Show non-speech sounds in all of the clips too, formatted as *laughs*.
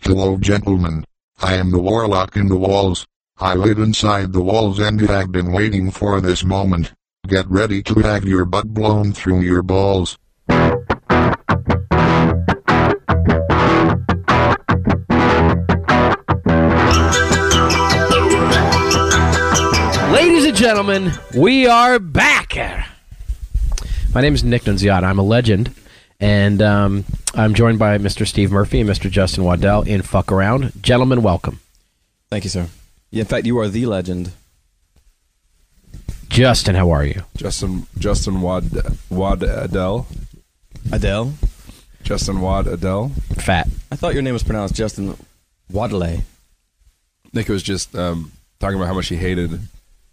Hello gentlemen. I am the warlock in the walls. I live inside the walls and have been waiting for this moment. Get ready to have your butt blown through your balls. Ladies and gentlemen, we are back. My name is Nick Nunziata. I'm a legend, and um, I'm joined by Mr. Steve Murphy and Mr. Justin Waddell in Fuck Around. Gentlemen, welcome. Thank you, sir. Yeah, in fact, you are the legend. Justin, how are you? Justin Justin Wad Wad Adele. Adele? Justin Wad Adele. Fat. I thought your name was pronounced Justin Wadley. Nick was just um, talking about how much he hated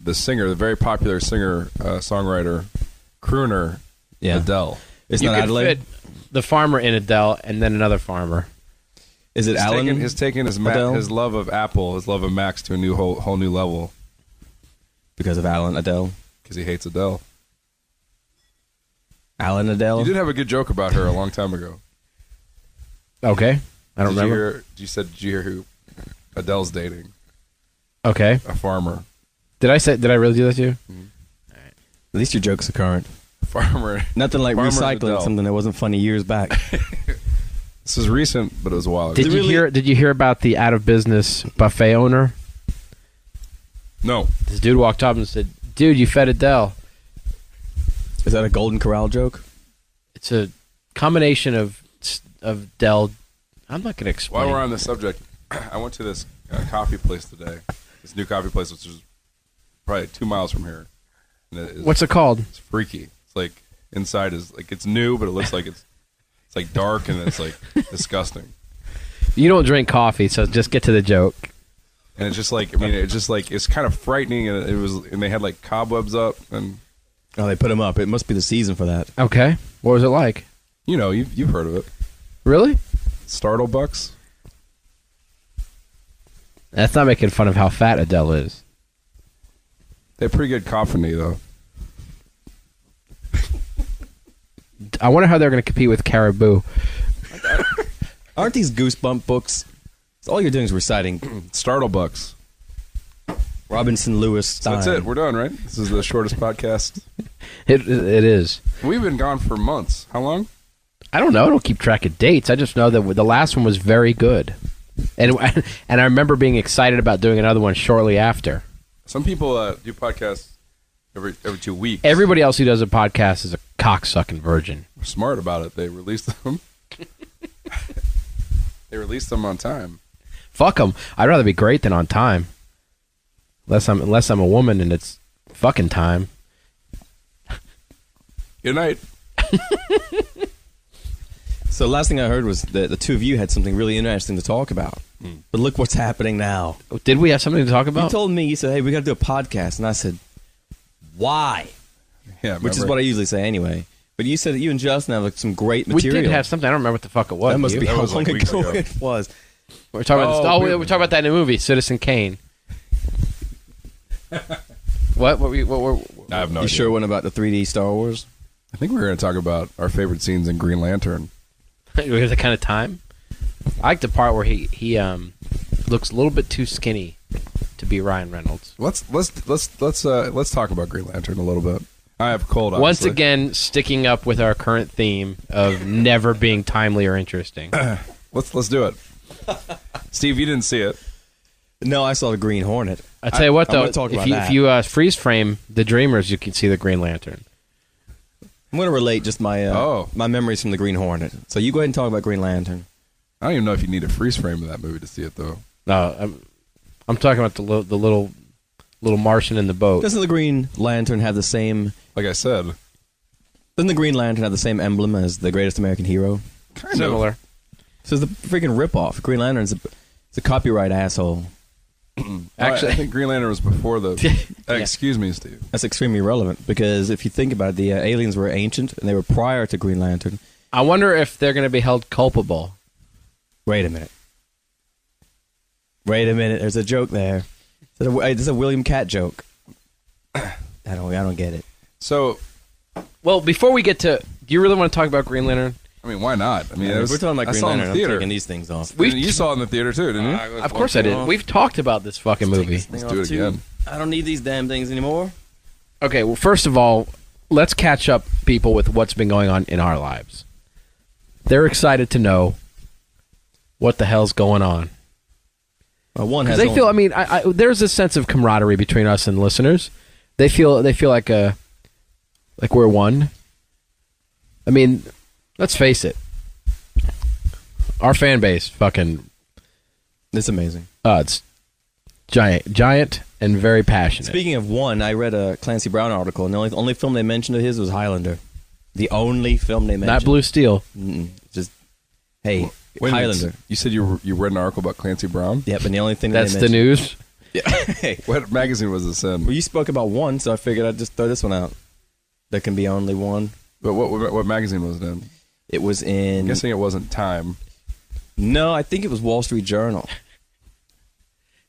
the singer, the very popular singer, uh, songwriter, crooner, Yeah. Adele. It's you not could Adelaide. fit the farmer in Adele and then another farmer. Is it He's Alan? taken, he's taken his ma- Adele? his love of Apple, his love of Macs to a new whole, whole new level because of Alan Adele. because he hates Adele. Alan Adele. You did have a good joke about her a long time ago. Okay. I don't Did remember. You, hear, you said, "Did you hear who Adele's dating? okay. A farmer, *laughs* Did I say? Did I really do that to you? At least your jokes are current. farmer." Nothing like Farmer recycling Adele. something that wasn't funny years back. *laughs* This is recent, but it was a while ago. Did you hear? Did you hear about the out of business buffet owner? no, This dude walked up and said, "Dude, you fed Adele." Is that a Golden Corral joke? It's a combination of of Dell. I'm not going to While explain. we're on the subject, *clears throat* I went to this uh, coffee place today. This new coffee place, which is probably two miles from here. And it is, What's it called? It's freaky. It's like inside is like it's new, but it looks like it's it's like dark and *laughs* it's like disgusting. You don't drink coffee, so just get to the joke. And it's just like I mean, it's just like it's kind of frightening. And it was and they had like cobwebs up, and Oh, they put him up. It must be the season for that. Okay. What was it like? you know you've you've heard of it, Really? Startlebucks. That's not making fun of how fat Adele is. They have pretty good coffee though. I wonder how they're going to compete with Caribou. Aren't these Goosebump books? All you're doing *clears throat* is reciting Startlebucks. Robinson Lewis. So Stein. that's it. We're done, right? This is the shortest podcast. It, it is. We've been gone for months. How long? I don't know. I don't keep track of dates. I just know that the last one was very good, and *laughs* and I remember being excited about doing another one shortly after. Some people uh, do podcasts every every two weeks. Everybody else who does a podcast is a cocksucking virgin. They're smart about it. They release them. *laughs* they release them on time. Fuck them. I'd rather be great than on time. Unless I'm unless I'm a woman and it's fucking time. Good night. So last thing I heard was that the two of you had something really interesting to talk about. Hmm. But look what's happening now. Did we have something to talk about? You told me, you said, hey, we got to do a podcast. And I said, why? Yeah, Which is remember. what I usually say anyway. But you said that you and Justin have like, some great we material. did have something. I don't remember what the fuck it was. that must You- be how was, long like, weeks ago, ago. it was. We're talking about. This, Oh, oh, we, we- we're talking about that in a movie, Citizen Kane. what? What? Were you, what were, I have no you idea. sure it wasn't about the 3D Star Wars? I think we were going to talk about our favorite scenes in Green Lantern. it was the kind of time. I like the part where he he um looks a little bit too skinny to be Ryan Reynolds. Let's let's let's let's uh, let's talk about Green Lantern a little bit. I have a cold. Once obviously. again, sticking up with our current theme of never being timely or interesting. let's let's do it. Steve, you didn't see it. No, I saw the Green Hornet. I tell you what, I'm though, gonna talk if about you, that. if you uh, freeze frame the Dreamers, you can see the Green Lantern. I'm going to relate just my uh, Oh. my memories from the Green Hornet. So you go ahead and talk about Green Lantern. I don't even know if you need a freeze frame of that movie to see it though. No, I'm, I'm talking about the li- the little little Martian in the boat. Doesn't the Green Lantern have the same? Like I said, Doesn't the Green Lantern have the same emblem as the Greatest American Hero? kind Of, Similar. So it's the freaking ripoff. Green Lantern's a, it's a copyright asshole. Actually, I, Actually- think Green Lantern was before the. Uh, Yeah. Excuse me, Steve. That's extremely relevant because if you think about it, the uh, aliens were ancient and they were prior to Green Lantern. I wonder if they're going to be held culpable. Wait a minute. Wait a minute. There's a joke there. Is it a- It's a William Cat joke. *coughs* I don't. I don't get it. So Well, before we get to, do you really want to talk about Green Lantern? I mean, why not? I mean, If that was, we're talking like I Green saw it in Lantern. the I'm theater. taking these things off. We- you saw it in the theater too, didn't you? Uh, Of course I did. We've talked about this fucking movie. Thing Let's off do it too. again. I don't need these damn things anymore. Okay, well, first of all, let's catch up people with what's been going on in our lives. They're excited to know what the hell's going on. Well, one has Because they only- feel, I mean, I, I, there's a sense of camaraderie between us and listeners. They feel, they feel like a, like we're one. I mean, let's face it. Our fan base, fucking, it's amazing. uh, it's giant, giant, and very passionate. Speaking of one, I read a Clancy Brown article, and the only, only film they mentioned of his was Highlander. The only film they mentioned. Not Blue Steel. Mm-mm. Just hey, Wait a minute. Highlander. You said you you read an article about Clancy Brown. Yep, and the only thing That's that the they news. mentioned- *laughs* hey, What magazine was this in? well, you spoke about one, so I figured I'd just throw this one out. There can be only one. But what, what what magazine was it in? It was in. I'm guessing it wasn't Time. no, I think it was Wall Street Journal.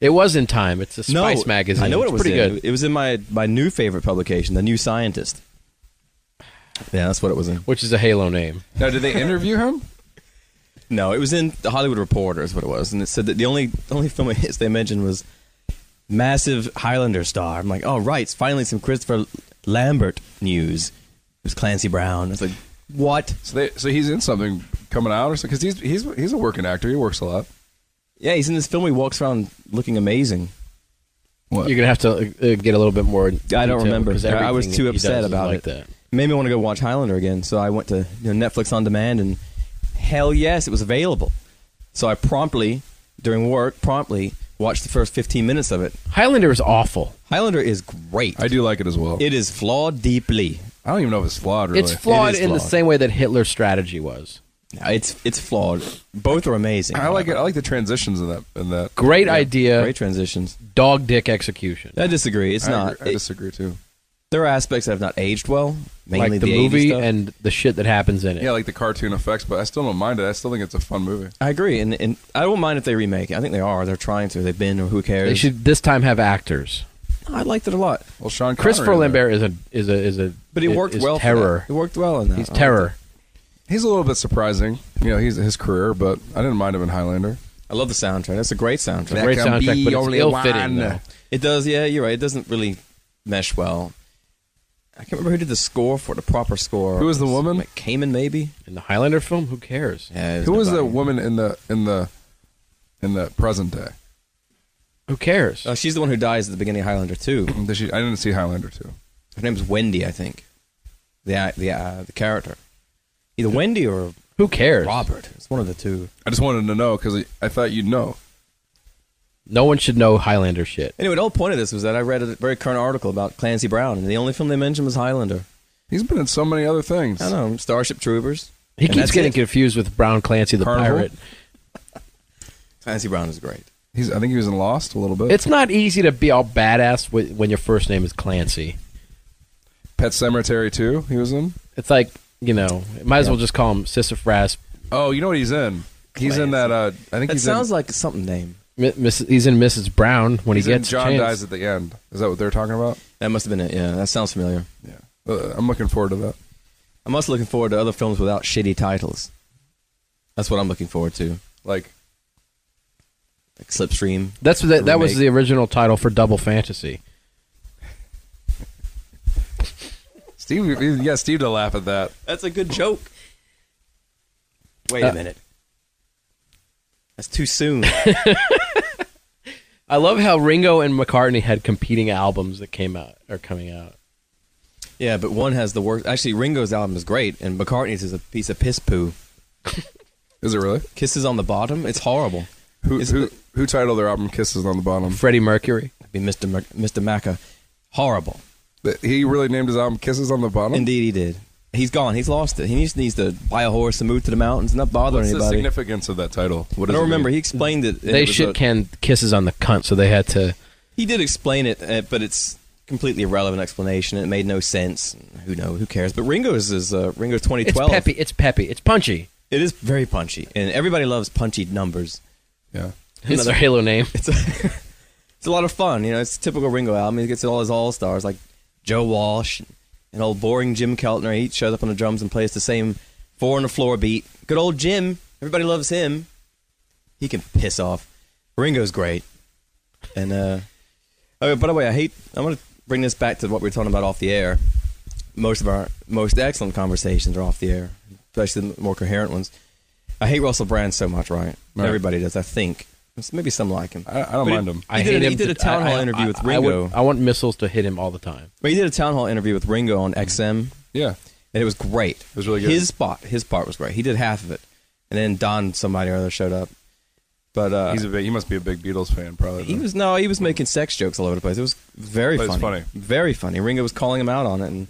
It was in time. It's a Spice magazine. I know what It's it was pretty in. good. It was in my my new favorite publication, The New Scientist. Yeah, that's what it was in. which is a Halo name. Now, did they interview him? No, it was in The Hollywood Reporter is what it was, and it said that the only only film *laughs* of his they mentioned was massive Highlander star. I'm like, oh right, it's finally some Christopher Lambert news. It was Clancy Brown. It's like, what? So they so he's in something coming out or something because he's he's he's a working actor. He works a lot. Yeah, he's in this film. He walks around looking amazing. What? You're gonna have to uh, get a little bit more. I don't detail, remember. because I was everything too he upset does is about like it. That. Made me want to go watch Highlander again, so I went to you know, Netflix on demand, and hell yes, it was available. So I promptly, during work, promptly watched the first 15 minutes of it. Highlander is awful. Highlander is great. I do like it as well. It is flawed deeply. I don't even know if it's flawed. Really, It's flawed is in the flawed. same way that Hitler's strategy was. It's it's flawed. Both are amazing. I like it. I like the transitions in that in that. Great Yeah, idea, Great transitions. dog dick execution. I disagree. It's I not. agree- I it- disagree too. there are aspects that have not aged well. Mainly like the, the, 80s movie stuff. and the shit that happens in it. Yeah, like the cartoon effects, but I still don't mind it. I still think it's a fun movie. I agree, and and I don't mind if they remake. it. I think they are. They're trying to. They've been, or who cares? they should this time have actors. I liked it a lot, Well, Sean Connery Christopher in there. Lambert is a is a is a but it is- worked is well. for Terror. that. It worked well in that. He's I liked it. terror. He's a little bit surprising. You know, he's his career, but I didn't mind him in Highlander. I love the soundtrack. That's a great soundtrack. That Great can soundtrack, be but it's only ill-fitting. one. though. It does. Yeah, you're right. It doesn't really mesh well. I can't remember who did the score for it, the proper score. Who was the woman? Like Cayman, maybe. In the Highlander film, who cares? Yeah, Who was the nobody. woman in the in the in the present day? Who cares? Oh, she's the one who dies at the beginning of Highlander 2. Did she- I didn't see Highlander two. Her name's Wendy, I think. The the uh, the character, either Wendy or who cares? Robert. It's one of the two. I just wanted to know because I thought you'd know. No one should know Highlander shit. Anyway, the whole point of this was that I read a very current article about Clancy Brown, and the only film they mentioned was Highlander. He's been in so many other things. I don't know, Starship Troopers. He And keeps that's getting it. confused with Brown Clancy the Carnival? pirate. Clancy Brown is great. He's, I think he was in Lost a little bit. It's not easy to be all badass wi- when your first name is Clancy. Pet Cemetery too. He was in. It's like you know, might as well just call him Sisyphras. Oh, you know what he's in? He's in that. Uh, I think That he's sounds in. like something name. Mi- Miss, he's in Mrs. Brown when he's he in gets a John chance. dies at the end. Is that what they're talking about? That must have been it. Yeah, that sounds familiar. Yeah. Uh, I'm looking forward to that. I'm also looking forward to other films without shitty titles. That's what I'm looking forward to. Like, Like Slipstream. That's what that, that was Remake. the original title for Double Fantasy. Steve. You got Steve to laugh at that. That's a good joke. Wait Uh, a minute. That's too *laughs* soon. I love how Ringo and McCartney had competing albums that came out are coming out. yeah, but one has the worst. Actually, Ringo's album is great, and McCartney's is a piece of piss poo. Is it really? Kisses on the bottom. It's horrible. Who Is who it- who titled their album "Kisses on the Bottom"? Freddie Mercury. That'd be Mr. Mac- Mr. Macca. Horrible. But He really named his album "Kisses on the Bottom." Indeed, he did. He's gone. He's lost it. He just needs to buy a horse and move to the mountains and not bother What's the anybody. significance of that title? What I does don't it remember. mean? He explained it. and They it was shit a- canned kisses on the cunt, so they had to. He did explain it, uh, but it's completely irrelevant explanation. It made no sense. Who knows? Who cares? But Ringo's is uh, Ringo's It's 2012. peppy. It's peppy. It's punchy. It is very punchy, and everybody loves punchy numbers. Yeah. Another Halo name. It's a, *laughs* it's a lot of fun. You know, it's a typical Ringo album. He gets all his all stars like Joe Walsh and old boring Jim Keltner. He shows up on the drums and plays the same Four on the floor beat. Good old Jim. Everybody loves him. He can piss off. Ringo's great. And uh oh, by the way, I hate I'm gonna bring this back to what we were talking about off the air. Most of our most excellent conversations are off the air, especially the more coherent ones. I hate Russell Brand so much, right? Right. Everybody does, I think. Maybe some like him. I, I don't But mind it- him. He did a- he did a to- town I- hall I- interview with I- I would- Ringo. I want missiles to hit him all the time. But he did a town hall interview with Ringo on XM, Yeah. and it was great. It was really good. His spot, his part was great. He did half of it, and then Don somebody or other showed up. But uh, He's a big, he must be a big Beatles fan, probably. he though. was no, he was making sex jokes all over the place. It was very But it's funny, funny. very funny. Ringo was calling him out on it, and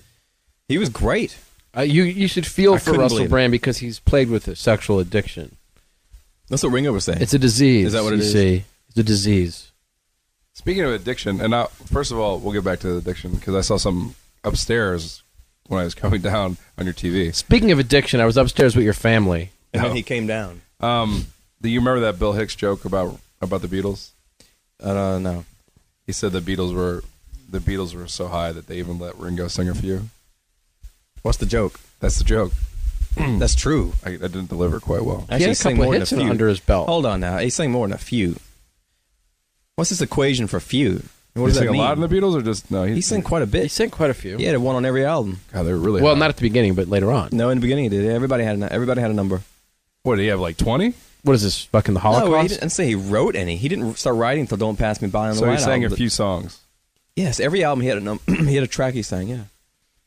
he was great. Uh, you you should feel I for couldn't Russell believe it. Brand because he's played with a sexual addiction. That's what Ringo was saying. It's a disease. Is that what it it is? is? See, it's a disease. Speaking of addiction, and I, first of all, we'll get back to the addiction because I saw some upstairs when I was *laughs* coming down on your TV. Speaking of addiction, I was upstairs with your family. and then he came down. Um, do you remember that Bill Hicks joke about about the Beatles? I don't know. He said the Beatles were the Beatles were so high that they even let Ringo sing a few. What's the joke? That's the joke. That's true. I, I didn't deliver quite well. Actually, he had a sang couple more than hits a few. under his belt. Hold on now. He sang more than a few. What's this equation for few? What Did he does sing that mean? a lot in the Beatles, or just no? he sang quite a He bit. sang quite a few. He had one on every album. God, they were really. Well, high. not at the beginning, but later on. No, in the beginning, he did. Everybody had a, everybody had a number. What did he have? Like twenty? What is this fucking the No, he Holocaust? didn't say he wrote any. He didn't start writing until "Don't Pass Me By" on the So he White sang album, a but- few songs, Yes, every album he had a num- *clears throat* he had a track he sang. Yeah,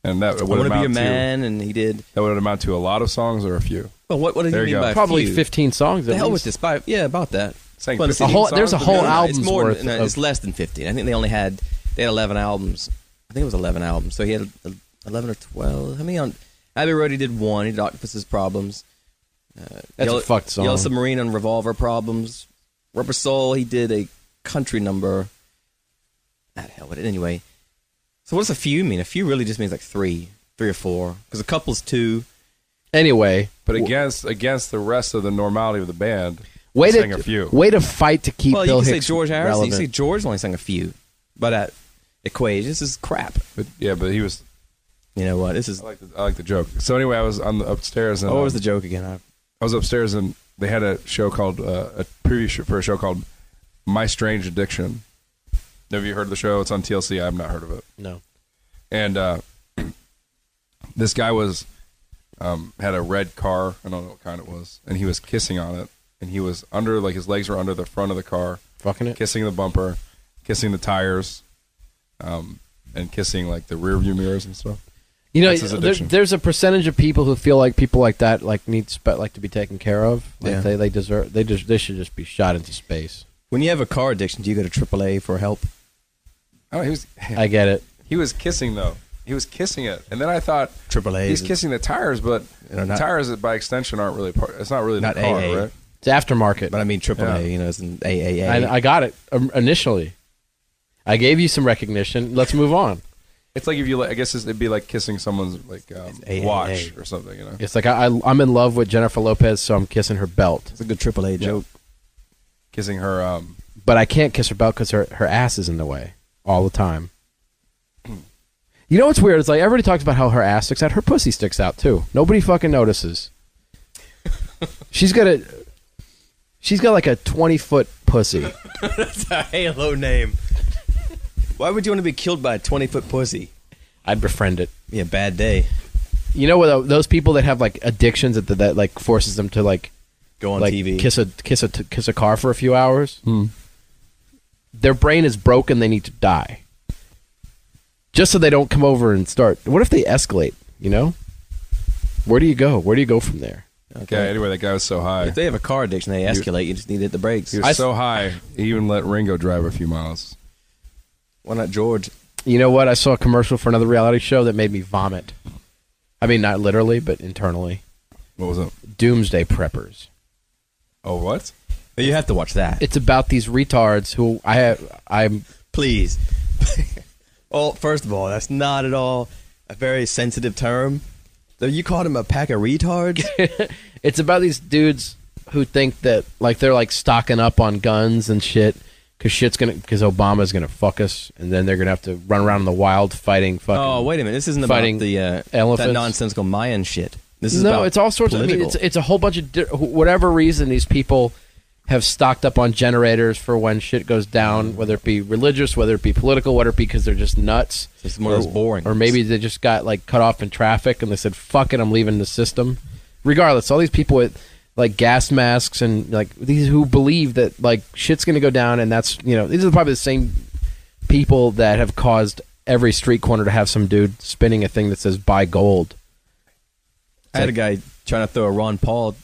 and that "I would Want to Be amount Your to Man" and he did. that would amount to a lot of songs or a few. Well, what what did There he you mean go. by Probably few? 15 songs. The at hell with least. this? By, yeah, about that. Sang Well, 15 a whole- songs there's a at the whole beginning? album. it's more worth than, no, it's of- less than fifteen. I think they only had they had eleven albums. I think it was eleven albums. So he had uh, eleven or twelve. How many on Abbey Road? He did one. He did Octopus's Problems. Uh, That's Yellow, a fucked song. Yellow Submarine and Revolver Problems. Rubber Soul, he did a country number. Not hell with it anyway. So what does a few mean? A few really just means like three, three or four. Because a couple's two. anyway, But against against the rest of the normality of the band, way sang to a few. way to fight to keep well, Bill you can Hicks say George Harrison. You relevant. can say George only sang a few. But at Equation, this is crap. but yeah, but he was. You know what? This is. I like the, I like the joke. So anyway, I was on the upstairs and Oh, what was um, the joke again? I, I was upstairs and they had a show called uh, a preview sh- for a show called My Strange Addiction. Have you heard of the show? It's on TLC. I've not heard of it. no, and uh, *clears throat* this guy was um, had a red car. I don't know what kind it was, and he was kissing on it, and he was under like his legs were under the front of the car, fucking it. kissing the bumper, kissing the tires, um, and kissing like the rear view mirrors and stuff. You know, That's his there, addiction. there's a percentage of people who feel like people like that like need spe- like to be taken care of. Like Yeah. they they deserve they just they should just be shot into space. when you have a car addiction, do you go to AAA for help? I don't know, he was I get it. he was kissing though. He was kissing it, and then I thought AAA He's is- kissing the tires, but They're the not- tires by extension aren't really part. It's not really Not the car, AA. right? It's aftermarket. But I mean AAA, Yeah. you know, it's an AAA. I, I got it um, initially. I gave you some recognition. Let's move on. It's like if you, like, I guess it'd be like kissing someone's like um, It's watch AAA. or something, you know. It's like I, I I'm in love with Jennifer Lopez, so I'm kissing her belt, it's a good AAA joke. *laughs* kissing her um, but I can't kiss her belt because her her ass is in the way all the time. You know what's weird? It's like everybody talks about how her ass sticks out. Her pussy sticks out too. Nobody fucking notices. she's got a she's got like a twenty foot pussy. a Halo name. Why would you want to be killed by a 20 foot pussy? I'd befriend it. Be a bad day. You know what? though, Those people that have like addictions that that like forces them to like Go on like TV. kiss a kiss a t- kiss a car for a few hours. Their brain is broken. They need to die, just so they don't come over and start. What if they escalate? You know, where do you go? Where do you go from there? Okay. anyway, that guy was so high. If they have a car addiction, they escalate. You just need to hit the brakes. He was so high, he even let Ringo drive a few miles. Why not George? You know what? I saw a commercial for another reality show that made me vomit. I mean, not literally, but internally. What was it? Doomsday Preppers. Oh, what? You have to watch that. It's about these retards who I I'm Please. *laughs* well, first of all, that's not at all a very sensitive term. Though You called him a pack *laughs* of retards? it's about these dudes who think that like they're like stocking up on guns and shit because shit's gonna because Obama's gonna fuck us and then they're gonna have to run around in the wild fighting fucking. oh, wait a minute. This isn't Fighting about the uh, elephants. that nonsensical Mayan shit. This is no, about it's all sorts. Of, I mean, political. it's it's a whole bunch of di- wh- whatever reason these people have stocked up on generators for when shit goes down, whether it be religious, whether it be political, whether it be because they're just nuts. It's more of those boring Or maybe they just got like cut off in traffic and they said, "Fuck it, I'm leaving the system." Regardless, all these people with like gas masks and like these who believe that like shit's gonna go down, and that's you know these are probably the same people that have caused every street corner to have some dude spinning a thing that says "buy gold." I had a guy trying to throw a Ron Paul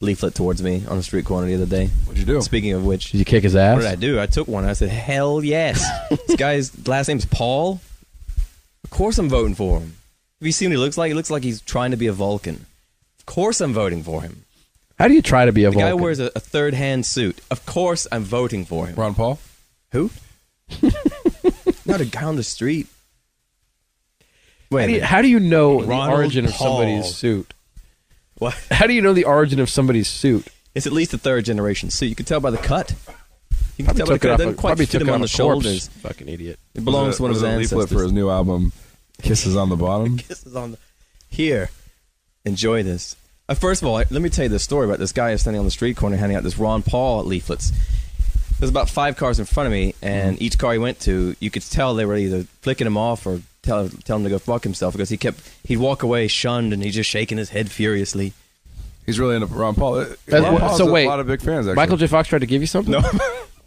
leaflet towards me on a street corner the other day. What'd you do? Speaking of which, Did you kick his ass? What did I do? I took one. I said, "Hell *laughs* yes!" this guy's last name's Paul. Of course, I'm voting for him. Have you seen what he looks like? He looks like he's trying to be a Vulcan. Of course, I'm voting for him. How do you try to be a The Vulcan? guy wears a, a third-hand suit. Of course, I'm voting for him. Ron Paul. *laughs* Who? Not a guy on the street. how, Wait, a do you, minute. how do you know Ronald the origin of Paul. somebody's suit? what? How do you know the origin of somebody's suit? It's at least the third generation suit. You can tell by the cut. You Probably can tell by took the it cut. It off. doesn't a- quite probably fit took it him off on the a corpse. shoulders. Fucking idiot. It belongs to one of Was his it a ancestors. leaflet for his new album, Kisses on the Bottom. kisses on the here. Enjoy this. Uh, first of all, let me tell you the story about this guy who's standing on the street corner handing out this Ron Paul leaflets. There's about five cars in front of me, and each car he went to, you could tell they were either flicking him off or tell, tell him to go fuck himself because he kept he'd walk away shunned and he's just shaking his head furiously. He's really into Ron Paul. Uh, That's- Ron Paul's so wait, a lot of big fans. Actually, Michael J. Fox tried to give you something. No.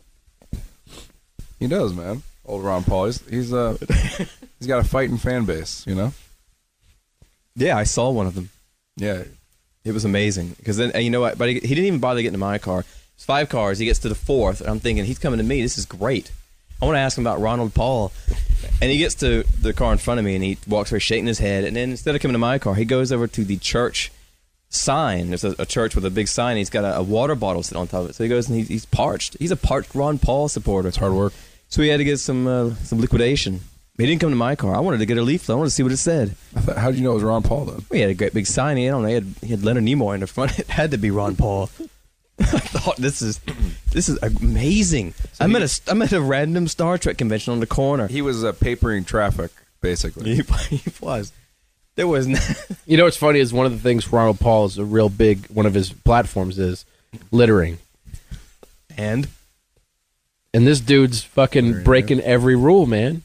*laughs* he does, man. Old Ron Paul. He's he's uh he's got a fighting fan base, you know. Yeah, I saw one of them. Yeah, It was amazing because then and you know what? But he, he didn't even bother getting to my car. It's five cars. He gets to the fourth, and I'm thinking he's coming to me. This is great. I want to ask him about Ronald Paul, and he gets to the car in front of me, and he walks away shaking his head. And then instead of coming to my car, he goes over to the church sign. There's a, a church with a big sign. He's got a, a water bottle sitting on top of it. So he goes and he, he's parched. He's a parched Ron Paul supporter. It's hard work. So he had to get some uh, some liquidation. He didn't come to my car. I wanted to get a leaflet. I wanted to see what it said. I thought, how did you know it was Ron Paul then? We had a great big sign. I don't know. He had, he had Leonard Nimoy in the front. *laughs* It had to be Ron Paul. *laughs* I thought this is this is amazing. I'm at a I'm at a random Star Trek convention on the corner. He was uh, papering traffic, basically. *laughs* He, he was. There was. n- *laughs* You know what's funny is one of the things Ronald Paul is a real big one of his platforms is littering, and and this dude's fucking breaking every rule, man.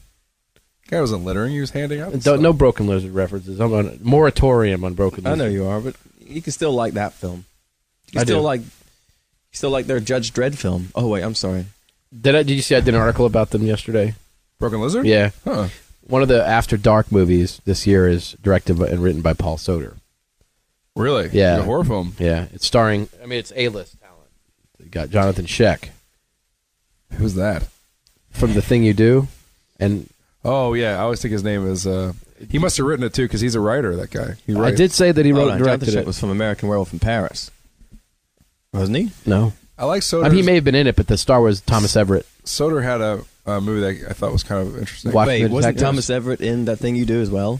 guy wasn't littering. He was handing out. And stuff. Don't, no broken lizard references. I'm on moratorium on broken. I Lizard. know you are, but you can still like that film. You can I do. still like. You still like their Judge Dredd film. Oh wait, I'm sorry. Did I, did you see? I did an article about them yesterday. Broken Lizard. Yeah, Huh. one of the After Dark movies this year is directed by- and written by Paul Soder. Really? Yeah. Like A horror film. Yeah, it's starring. I mean, it's A-list talent. You got Jonathan Sheck Who's that? from The Thing You Do, and Oh yeah, I always think his name is. uh He must have written it too because he's a writer. That guy. He I writes. did say that he wrote oh, and directed Jonathan it. was from American Werewolf in Paris, wasn't he? no, I like I Soder. mean, he may have been in it, but the star was Thomas Everett. Soder had a, a movie that I thought was kind of interesting. Why- Wait, Watchmen wasn't Detectives. Thomas Everett in that thing you do as well?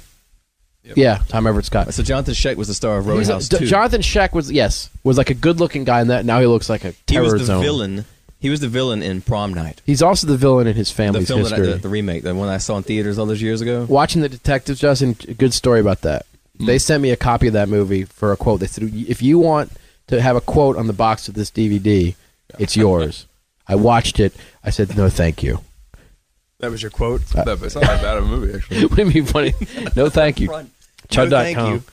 Yeah, Tom Everett Scott. Uh, So Jonathan Sheck was the star of He's a- Roadhouse D- too. Jonathan Sheck was yes was like a good-looking guy in that. Now he looks like a he terror was the zone. villain. He was the villain in Prom Night, He's also the villain in his the family's film that I, history. the, the remake, the one I saw in theaters all those years ago. Watching the detectives, Justin, a good story about that. They sent me a copy of that movie for a quote. They said, "If you want to have a quote on the box of this DVD, *laughs* it's yours." I watched it. I said, "No, thank *laughs* you." That was your quote. Uh, That- It's not that bad of a movie actually. Wouldn't it be funny? No, thank you. Chud.com.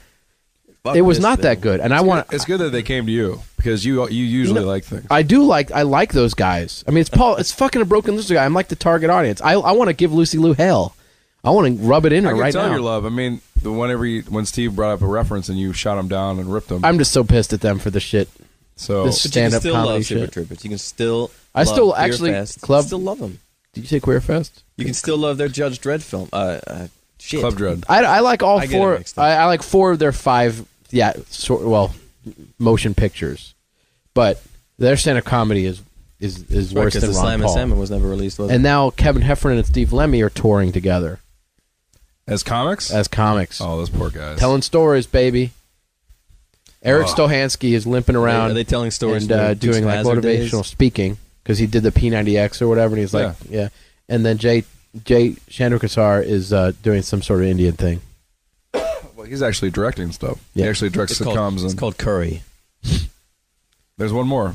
It was not that good, and *laughs* I want. It's good that they came to you because you you usually No. like things. I do like. I like those guys. I mean, it's Paul. It's fucking a broken loser guy. I'm like the target audience. I I want to give Lucy Lou hell. I want to rub it in I her can right tell now. your love. I mean, the whenever you, when Steve brought up a reference and you shot him down and ripped him, I'm just so pissed at them for the shit. so this- Stand stand-up up still comedy love Super shit. Troopers. You can still. I love still Fear actually- Fest. Club- still love them. Did you say Queer Fest? You can still love their Judge Dredd film. Uh, uh, shit. Club Dread. I, I like all I get it four. mixed up. I, I like four of their five. Yeah, sort well, motion pictures, but their stand-up comedy is is is Right, worse because than the Ron Slam and Paul. Salmon was never released. Was it? And now Kevin Heffernan and Steve Lemmy are touring together as comics. as comics, oh, those poor guys. telling stories, baby. Oh. Eric Stohansky is limping around Are they telling stories and from the uh, Dukes doing of like Hazzard days? motivational speaking because he did the P90X or whatever, and he's like, yeah. And then Jay Jay Chandrakasar is uh, doing some sort of Indian thing. well, he's actually directing stuff. Yeah. He actually directs It's sitcoms called, it's and called Curry. there's one more.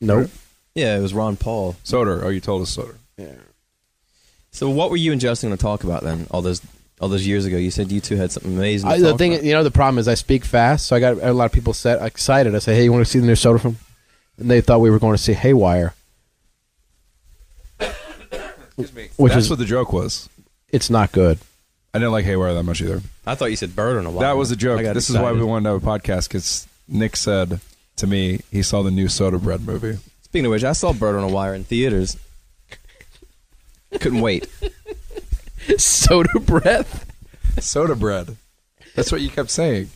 Nope. Yeah, it was Ron Paul. Soder. Oh, you told us Soder. So what were you and Justin going to talk about then? All those all those years ago, you said you two had something amazing. To I, talk the thing, about. you know, the problem is I speak fast, so I got a lot of people set excited. I say, "Hey, you want to see the new soda from?" And they thought we were going to see Haywire. Which That's is what the joke was. it's not good. I didn't like Haywire that much either. I thought you said bird on a wire. that was a joke. I got This is why excited. we wanted to have a podcast because Nick said to me he saw the new Soda Bread movie. *laughs* Speaking of which, I saw Bird on a Wire in theaters. Couldn't wait. soda breath. soda Bread. That's what you kept saying.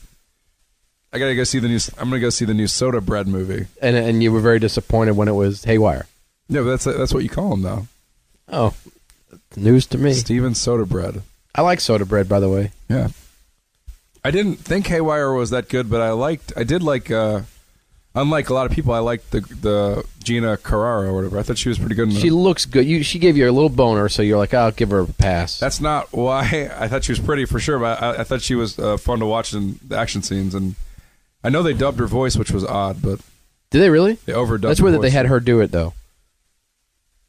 I gotta go see the new. I'm gonna go see the new Soda Bread movie. And and you were very disappointed when it was Haywire. No, but that's that's what you call him now. Oh, news to me. Steven Soda Bread. I like soda bread, by the way. Yeah. I didn't think Haywire was that good, but I liked. I did like. uh Unlike a lot of people, I liked the the Gina Carrara or whatever. I thought she was pretty good. In She it. looks good. You she gave you a little boner, so you're like, "I'll give her a pass." *laughs* That's not why I thought she was pretty for sure, but I, I thought she was uh, fun to watch in the action scenes. And I know they dubbed her voice, which was odd, but Did they really? they overdubbed. That's her where that they voice. had her do it though.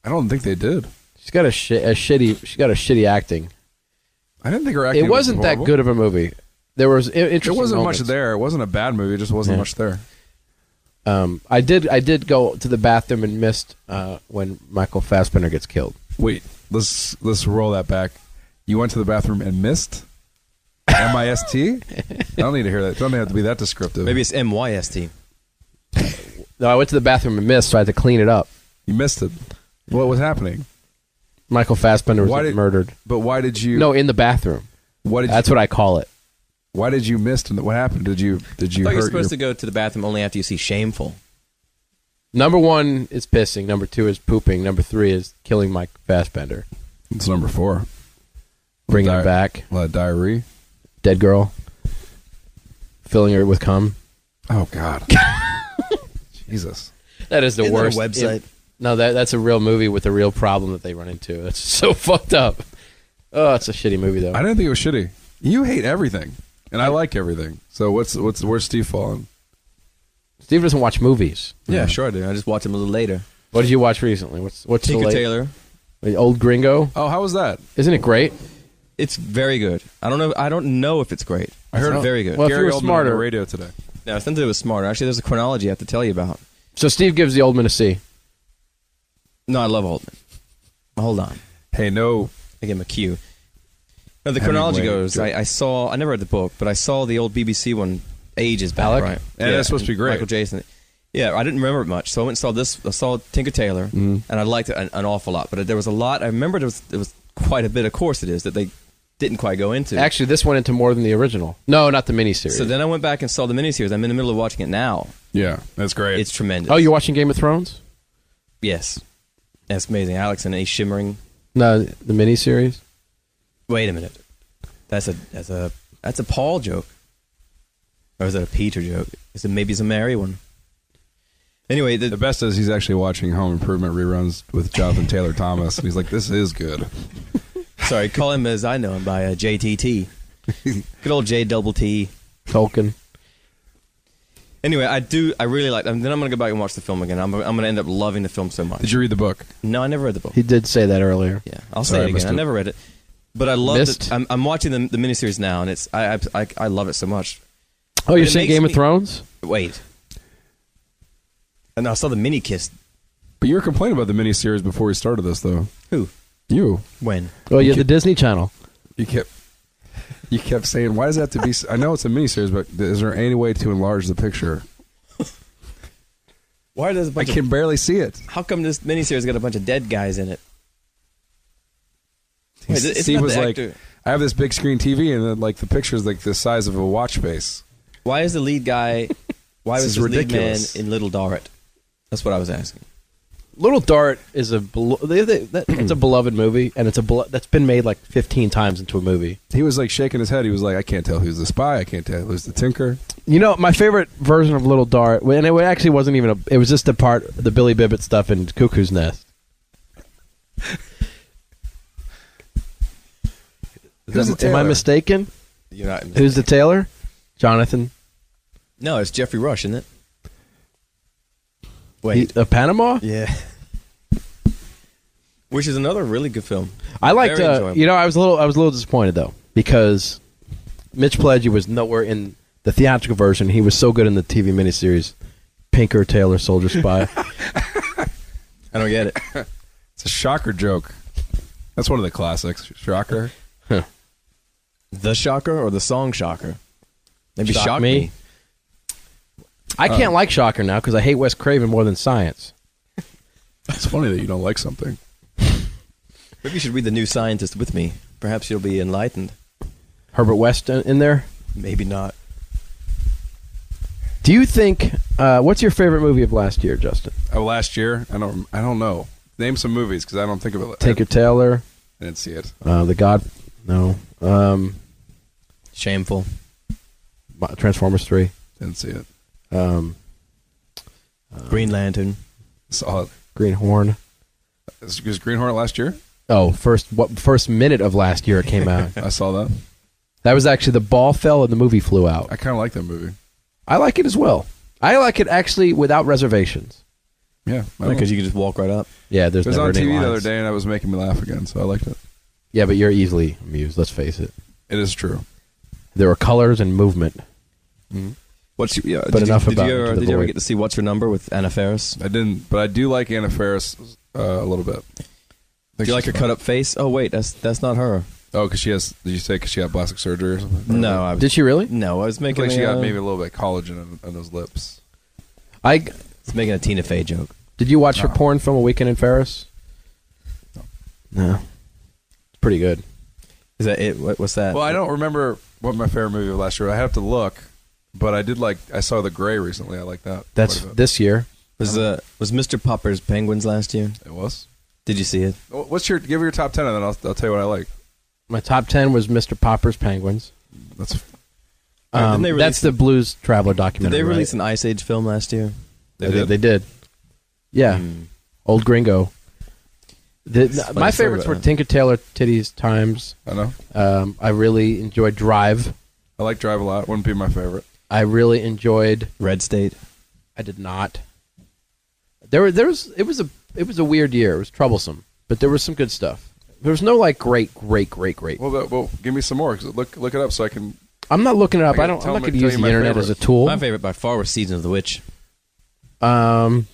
I don't think they did. She's got a, shi a shitty. She got a shitty acting. I didn't think her acting. It wasn't was that horrible. good of a movie. There was i- There interesting. wasn't moments. much there. It wasn't a bad movie. It just wasn't Yeah. much there. Um, I did. I did go to the bathroom and missed uh, when Michael Fassbender gets killed. Wait, let's let's roll that back. You went to the bathroom and missed. M I S T. I don't need to hear that. It doesn't have to be that descriptive. Maybe it's M Y S T. No, I went to the bathroom and missed, so I had to clean it up. you missed it. What was happening? Michael Fassbender was Why did- murdered. But why did you? No, in the bathroom. What did? That's you, what I call it. why did you miss? And what happened? Did you? Did you I thought hurt you were supposed your? to go to the bathroom only after you see Shameful. Number one is pissing. Number two is pooping. Number three is killing Mike Fassbender. It's number four. Bringing Di- him back. Uh, diarrhea. Dead girl. Filling her with cum. Oh *laughs* God. Jesus. That is the Isn't that worst. a website? no, that that's a real movie with a real problem that they run into. That's *laughs* so fucked up. Oh, it's a shitty movie though. I didn't think it was shitty. You hate everything, and I like everything. So what's what's where's Steve falling? Steve doesn't watch movies. Yeah, sure I did. I just watched him a little later. What did you watch recently? What's what's the Tinker late, Taylor. the old Gringo? Oh, how was that? Isn't it great? It's very good. I don't know. I don't know if it's great. I heard it's it- very good. Well, if Gary you were Oldman on smarter- the radio today. no, it's not that it was smarter. Actually, there's a chronology I have to tell you about. So Steve gives the old man a C. No, I love Altman. Hold on. Hey, no, I give him a cue. No, the Hemingway chronology goes. joke. I, I saw. I never read the book, but I saw the old BBC one ages back. Alec? Right. Yeah, that's supposed to be great. Michael Jason. Yeah, I didn't remember it much, so I went and saw this. I saw Tinker Tailor, Mm-hmm. and I liked it an, an awful lot. But there was a lot. I remember there was there was quite a bit. Of course, it is that they didn't quite go into. Actually, this went into more than the original. No, not the miniseries. so then I went back and saw the miniseries. I'm in the middle of watching it now. yeah, that's great. It's tremendous. oh, you're watching Game of Thrones? yes, that's amazing. Alex and a shimmering. No, the miniseries. Wait a minute. That's a that's a that's a Paul joke. Or is that a Peter joke? Is it maybe it's a Mary one? Anyway, the, the best is he's actually watching Home Improvement reruns with Jonathan Taylor Thomas, and he's like, "This is good." sorry, call him as I know him by uh, *laughs* JTT. Good old J double T. Tolkien. Anyway, I do. I really like. And then I'm gonna go back and watch the film again. I'm, I'm gonna end up loving the film so much. Did you read the book? no, I never read the book. He did say that earlier. Yeah, I'll Sorry, I say it missed again. I it. never read it, but I love Missed? it. I'm, I'm watching the, the miniseries now, and it's I I, I, I love it so much. Oh, But you're it saying makes Game of me- Thrones? Wait, and I saw the mini kiss. But you were complaining about the miniseries before we started this, though. Who? You, When? Oh, you're the Disney Channel. you kept, you kept saying, "Why does it have to be?" s- I know it's a miniseries, but is there any way to enlarge the picture? Why does a I bunch can barely see it. How come this miniseries got a bunch of dead guys in it? Wait, it's Steve not was the like, actor. I have this big screen TV, and then like the picture's like the size of a watch face. Why is the lead guy? Why This is was this lead man ridiculous. in Little Dorrit? That's what I was asking. Little Dart is a belo- they- they- that- it's a beloved movie, and it's a belo- that's been made like 15 times into a movie. He was like shaking his head. He was like, I can't tell who's the spy. I can't tell who's the tinker. You know, my favorite version of Little Dart, and it actually wasn't even a. It was just the part the Billy Bibbit stuff in Cuckoo's Nest. Who's Am- the am I tailor? mistaken? You're not. Who's the tailor? Jonathan No, it's Jeffrey Rush, isn't it? he, Wait. of uh, Panama. yeah. Which is another really good film. I liked. Very Uh, enjoyable. you know, I was a little. I was a little disappointed though because Mitch Pledgey was nowhere in the theatrical version. He was so good in the TV miniseries, Pinker Taylor Soldier *laughs* Spy. I don't get it. It's a shocker joke. That's one of the classics. Shocker. *coughs* the Shocker or the song Shocker? Maybe Shock Shock, Me. me. I can't like Shocker now because I hate Wes Craven more than science. It's funny that you don't like something. Maybe you should read The New Scientist with me. Perhaps you'll be enlightened. Herbert West in, in there. Maybe not. Do you think? Uh, what's your favorite movie of last year, Justin? Oh, last year I don't. I don't know. Name some movies because I don't think of it. Tinker Taylor, I didn't see it. uh, The God, no, um, Shameful. Transformers Three. Didn't see it. um, Green Lantern. Saw it. Green Horn. Is- Was Greenhorn last year? Oh, first what first minute of last year it came out. I saw that. that was actually the ball fell and the movie flew out. I kind of like that movie. I like it as well. I like it actually without reservations. Yeah, I don't know. Because you can just walk right up. Yeah, there's it was never on any TV the other lines. day and it was making me laugh again, so I liked it. Yeah, but you're easily amused. Let's face it. It is true. There were colors and movement. What's your, yeah, But did enough you, did about you ever, Into the Did you ever Void. get to see What's Your Number with Anna Faris? I didn't, but I do like Anna Faris uh, a little bit. Do you like her cut up face? Oh wait, that's that's not her. Oh, because she has. Did you say because she had plastic surgery or something? No, I was, Did she really? No, I was I making. think she a, uh, got maybe a little bit of collagen on, on those lips. I I was making a Tina Fey joke. did you watch her No. porn film A Weekend in Ferris? No. It's pretty good. Is that it? What, what's that? Well, I don't remember what my favorite movie of last year. I have to look, but I did like. I saw The Gray recently. I like that. That's quite a bit. this year. was uh, was Mr. Popper's Penguins last year? it was. Did you see it? Wh- What's your give your top ten and then I'll, I'll tell you what I like. My top 10 was Mr. Popper's Penguins. That's Uh, didn't Um, they release that's the Blues Traveler Did documentary. they release right? an Ice Age film last year? they I think did. They did. Yeah. Old Gringo. The, Hmm. That's a funny my story favorites about were that. Tinker Tailor Titties Times. I know. Um, I really enjoyed Drive. I like Drive a lot. Wouldn't be my favorite. I really enjoyed. Red State. I did not. There were there was it was a it was a weird year. It was troublesome, but there was some good stuff. There was no like great great great great. Well, that, well, give me some more 'cause look look it up so I can. I'm not looking it up. I I, gotta don't. tell I'm not my- going to tell use you the my internet favorites. as a tool. My favorite by far was Season of the Witch. Um,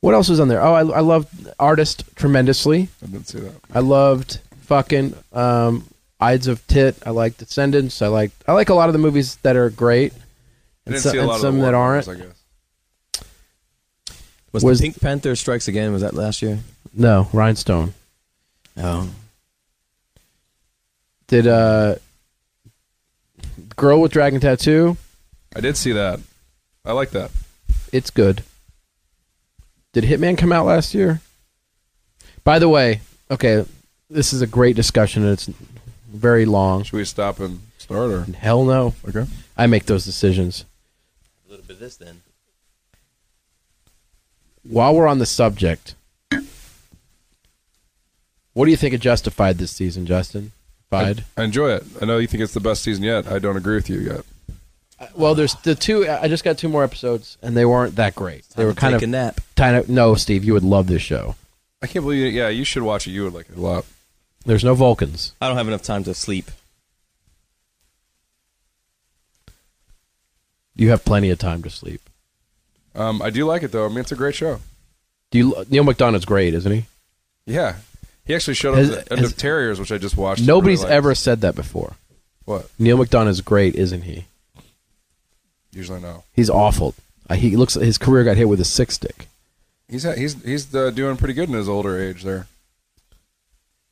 what else was on there? Oh, I, I loved Artist tremendously. I didn't see that. I loved fucking um, Ides of Tit. I like Descendants. I like I like a lot of the movies that are great, I and, didn't so- see a and lot of the some war that movies, aren't. I guess. Was, Was- the Pink Panther Strikes Again? Was that last year? No, Rhinestone Oh, did uh, Girl with Dragon Tattoo. I did see that. I like that. It's good. Did Hitman come out last year? By the way, okay, this is a great discussion. and It's very long. Should we stop and start or Hell no, okay? I make those decisions. a little bit of this then. while we're on the subject, what do you think of Justified this season, Justin? Justified. I enjoy it. I know you think it's the best season yet. I don't agree with you yet. Well, there's the two. I just got two more episodes, and they weren't that great. They were kind a of nap. kind of. No, Steve, you would love this show. I can't believe it. Yeah, you should watch it. You would like it a lot. There's no Vulcans. I don't have enough time to sleep. You have plenty of time to sleep. Um, I do like it though. I mean, it's a great show. Do you? Neil McDonald's great, isn't he? Yeah, he actually showed up Has- at the end has- of Terriers, which I just watched. and Nobody's really liked. ever said that before. what Neil McDonald's great, isn't he? usually no. He's awful. Uh, he looks. His career got hit with a six stick. He's ha- he's he's uh, doing pretty good in his older age there.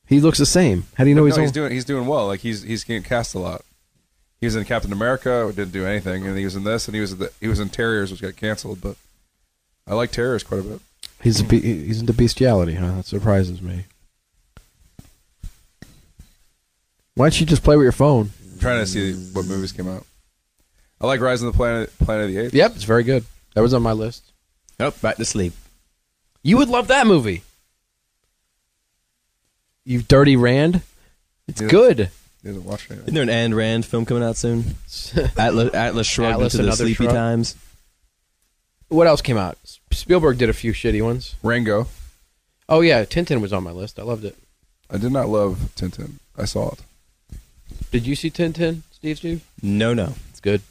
He looks the same. How do you know No, he's, he's, old? doing he's doing well. Like he's he's getting cast a lot. He was in Captain America, who didn't do anything, and he was in this, and he was at the, he was in Terriers, which got canceled. But I like Terriers quite a bit. He's a be- he's into bestiality, huh? That surprises me. Why don't you just play with your phone? I'm trying to see what movies came out. I like Rise of the Planet Planet of the Apes. Yep, it's very good. That was on my list. Nope, Oh, back to sleep. You would love that movie. You dirty Rand. It's Yeah. good. *laughs* He doesn't watch anything. Isn't there an Ayn Rand film coming out soon? Atlas, Atlas Shrugged Atlas, into the Another Sleepy Shrug. Times. What else came out? S- Spielberg did a few shitty ones. Rango. Oh yeah, Tintin was on my list. I loved it. I did not love Tintin. I saw it. Did you see Tintin, Steve? Steve, No, no. it's good.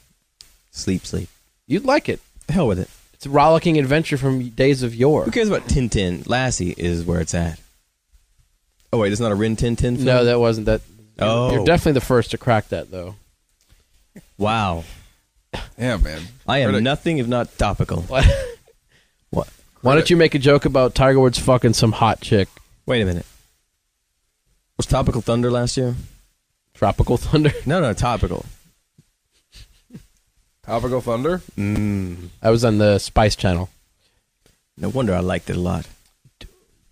Sleep, sleep. You'd like it. The hell with it. It's a rollicking adventure from days of yore. Who cares about Tintin? Lassie is where it's at. Oh wait, it's not a Rin Tin Tin film. No, that wasn't that. Oh. You're definitely the first to crack that though. *laughs* wow. Yeah, man. I am Critic. nothing if not topical. What? Why don't you make a joke about Tiger Woods fucking some hot chick? Wait a minute. Was Topical Thunder last year? Tropical *laughs* Thunder. No, no, topical. Topical Thunder. I was on the Spice Channel. No wonder I liked it a lot.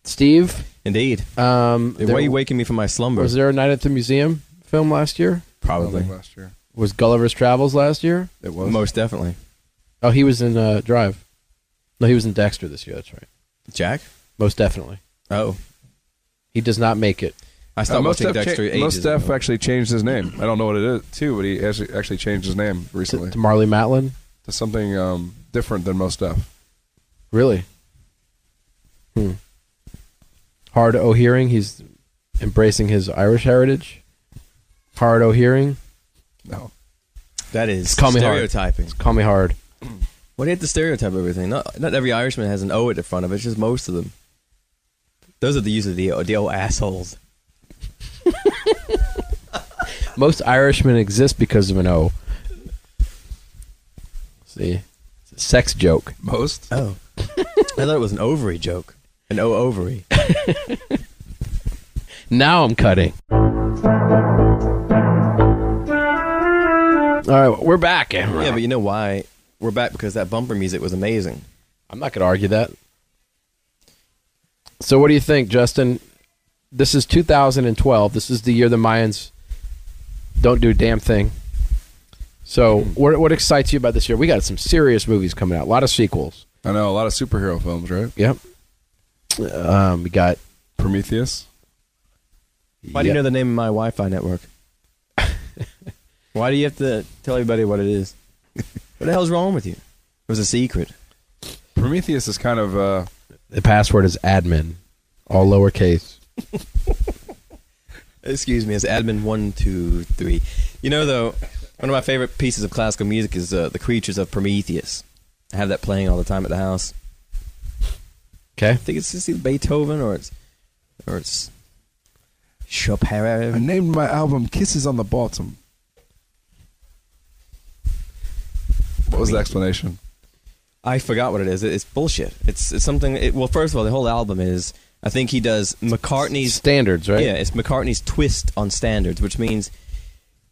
Steve, Indeed. um, Why there- are you waking me from my slumber? was there a Night at the Museum film last year? Probably. Something last year. Was Gulliver's Travels last year? It Oh, was. Most definitely. Oh, he was in uh, Drive. No, he was in Dexter this year. That's right. Jack? Most definitely. Oh. he does not make it. I Uh, stopped most watching Def Dexter cha- ages most Def ago. actually changed his name. I don't know what it is too, but he actually, actually changed his name recently To, to, to Marley Matlin? something um, different than most Def. Really? Hmm. Hard O hearing. He's embracing his Irish heritage. Hard O hearing. No, That is Call Me Hard. stereotyping. Call me hard. Why do you have to stereotype everything? Not, not every Irishman has an O at the front of it. It's just most of them. Those are the use of the the old assholes. Most Irishmen exist because of an O. See, It's a sex joke. most. Oh, *laughs* I thought it was an ovary joke. An O ovary. Now I'm cutting. All right, we're back. eh? yeah, Yeah, but you know why we're back because that bumper music was amazing. I'm not going to argue that. So, what do you think, Justin? This is 2012. This is the year the Mayans don't do a damn thing. So, what, what excites you about this year? We got some serious movies coming out, a lot of sequels. I know a lot of superhero films, right? Yep. Um, we got. Prometheus. Why do you know the name of my Wi-Fi network? why do you have to tell everybody what it is? What the hell's wrong with you? It was a secret. Prometheus is kind of uh, The password is admin, all lowercase. Excuse me, it's admin one, two, three. You know, though, one of my favorite pieces of classical music is uh, The Creatures of Prometheus. I have that playing all the time at the house. Okay. I think it's just either Beethoven or it's or it's I Chopin. named my album "Kisses on the Bottom." What was the explanation? I forgot what it is. It- It's bullshit. It's, it's something. It, well, first of all, the whole album is. I think he does McCartney's Standards, right? Yeah, it's McCartney's twist on standards, which means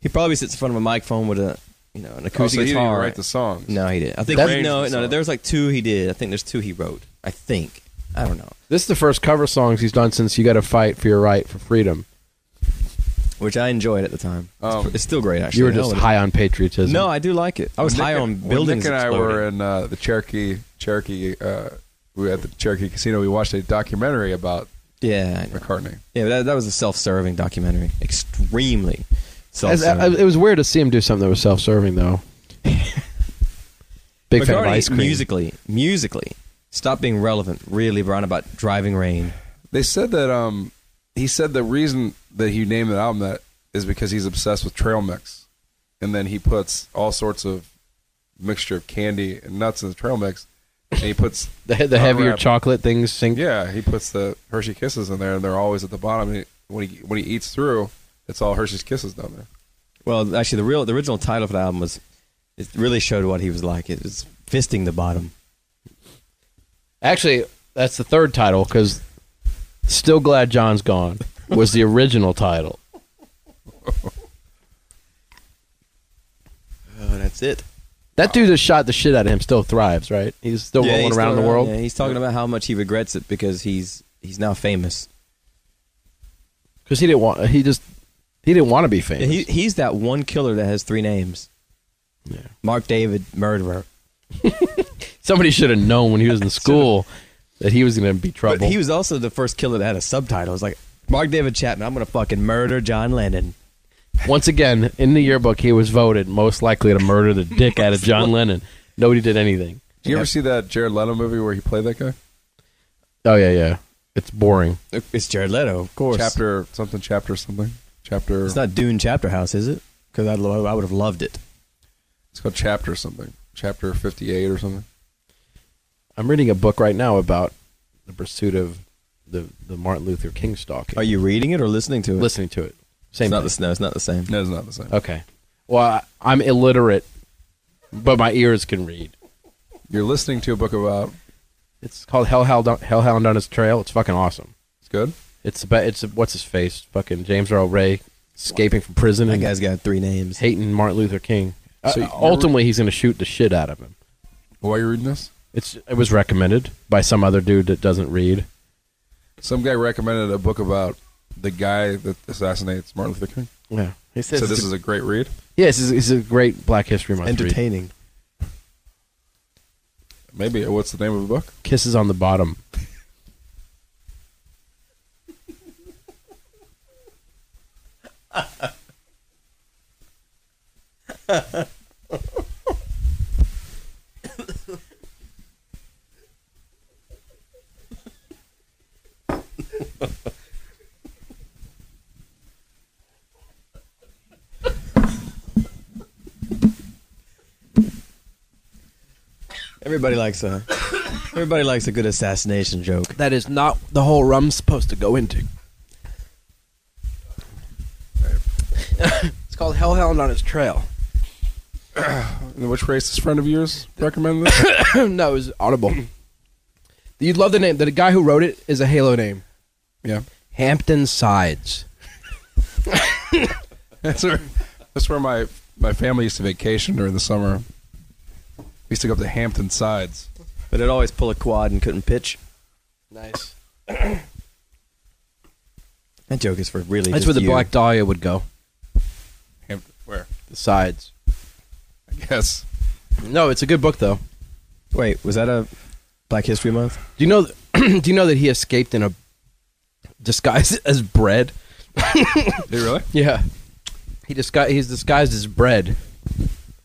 he probably sits in front of a microphone with a you know an acoustic Oh, so he didn't guitar. even write the songs. No, he did. I think That's- no, no, Arranged the no. song. There's like two he did. I think there's two he wrote. I think. I don't know. This is the first cover songs he's done since "You Got to Fight for Your Right for Freedom." Which I enjoyed at the time. It's Um, pr- it's still great actually. You were Hell, just it- high on patriotism. No, I do like it. I was When high Nick on and- when buildings. Nick and I exploding. were in uh, the Cherokee, Cherokee. Uh, we were at the Cherokee Casino. We watched a documentary about Yeah, I know. McCartney. yeah. But that, that was a self-serving documentary. Extremely As- I- I- self-serving. it was weird to see him do something that was self-serving, though. Big fan of McCartney ice cream. Musically, musically, stop being relevant. Really, around about driving rain. They said that um, he said the reason that he named the album that is because he's obsessed with trail mix, and then he puts all sorts of mixture of candy and nuts in the trail mix, and he puts The, the heavier Unwrap. chocolate things sink. yeah he puts the Hershey Kisses in there, and they're always at the bottom. And he, when he when he eats through, it's all Hershey's Kisses down there. Well, actually, the real the original title for the album was it really showed what he was like. It was fisting the bottom. Actually, that's the third title because "Still Glad John's Gone" was the original title. Oh, that's it. That dude that shot the shit out of him still thrives, right? He's still rolling around the world. Yeah, he's talking about how much he regrets it because he's he's now famous. because he didn't want he just he didn't want to be famous. He, he's that one killer that has three names. Yeah. Mark David murderer. Somebody should have known when he *laughs* was in school that he was going to be trouble. But he was also the first killer that had a subtitle. It's like Mark David Chapman. I'm gonna fucking murder John Lennon. Once again, in the yearbook, he was voted most likely to murder the dick out of *laughs* John Lennon. Nobody did anything. Do you ever see that Jared Leto movie where he played that guy? Oh yeah, yeah. It's boring. It's Jared Leto, of course. Chapter something, chapter something, chapter. It's not Dune Chapter House, is it? Because I'd lo- I would have loved it. It's called chapter something, chapter fifty-eight or something. I'm reading a book right now about the pursuit of the the Martin Luther King stalking. Are you reading it or listening to it? listening to it? it's Same. not thing. the no, it's not the same. No, it's not the same. Okay. Well, I, I'm illiterate, but my ears can read. You're listening to a book about. It's called Hellhound on, Hellhound on His Trail. It's fucking awesome. It's good. It's about it's what's his face? Fucking James Earl Ray escaping from prison That and guy's got three names. hating Martin Luther King. Uh, So you're- ultimately, he's going to shoot the shit out of him. Why are you reading this? It's it was recommended by some other dude that doesn't read. Some guy recommended a book about the guy that assassinates Martin Luther King. Yeah, he says. So this is a great read. yes, it's, it's a great Black History Month. read. Entertaining. Maybe uh, what's the name of the book? Kisses on the bottom. Everybody likes a everybody likes a good assassination joke. That is not the whole rum's supposed to go into. it's called Hellhound on His Trail. And which racist friend of yours recommended *coughs* *coughs* this? no, it was Audible. *coughs* You'd love the name. The guy who wrote it is a Halo name. yeah, Hampton Sides. that's where that's where my my family used to vacation during the summer. We used to go up to Hampton Sides. But it'd always pull a quad and couldn't pitch. Nice. That joke is for really. That's just where the you. Black Dahlia would go. Hampton, where? The sides. I guess. No, it's a good book though. Wait, was that a Black History Month? Do you know? *coughs* do you know that he escaped in a disguise *laughs* as bread? Did you really? Yeah. He disguised. He's disguised as bread.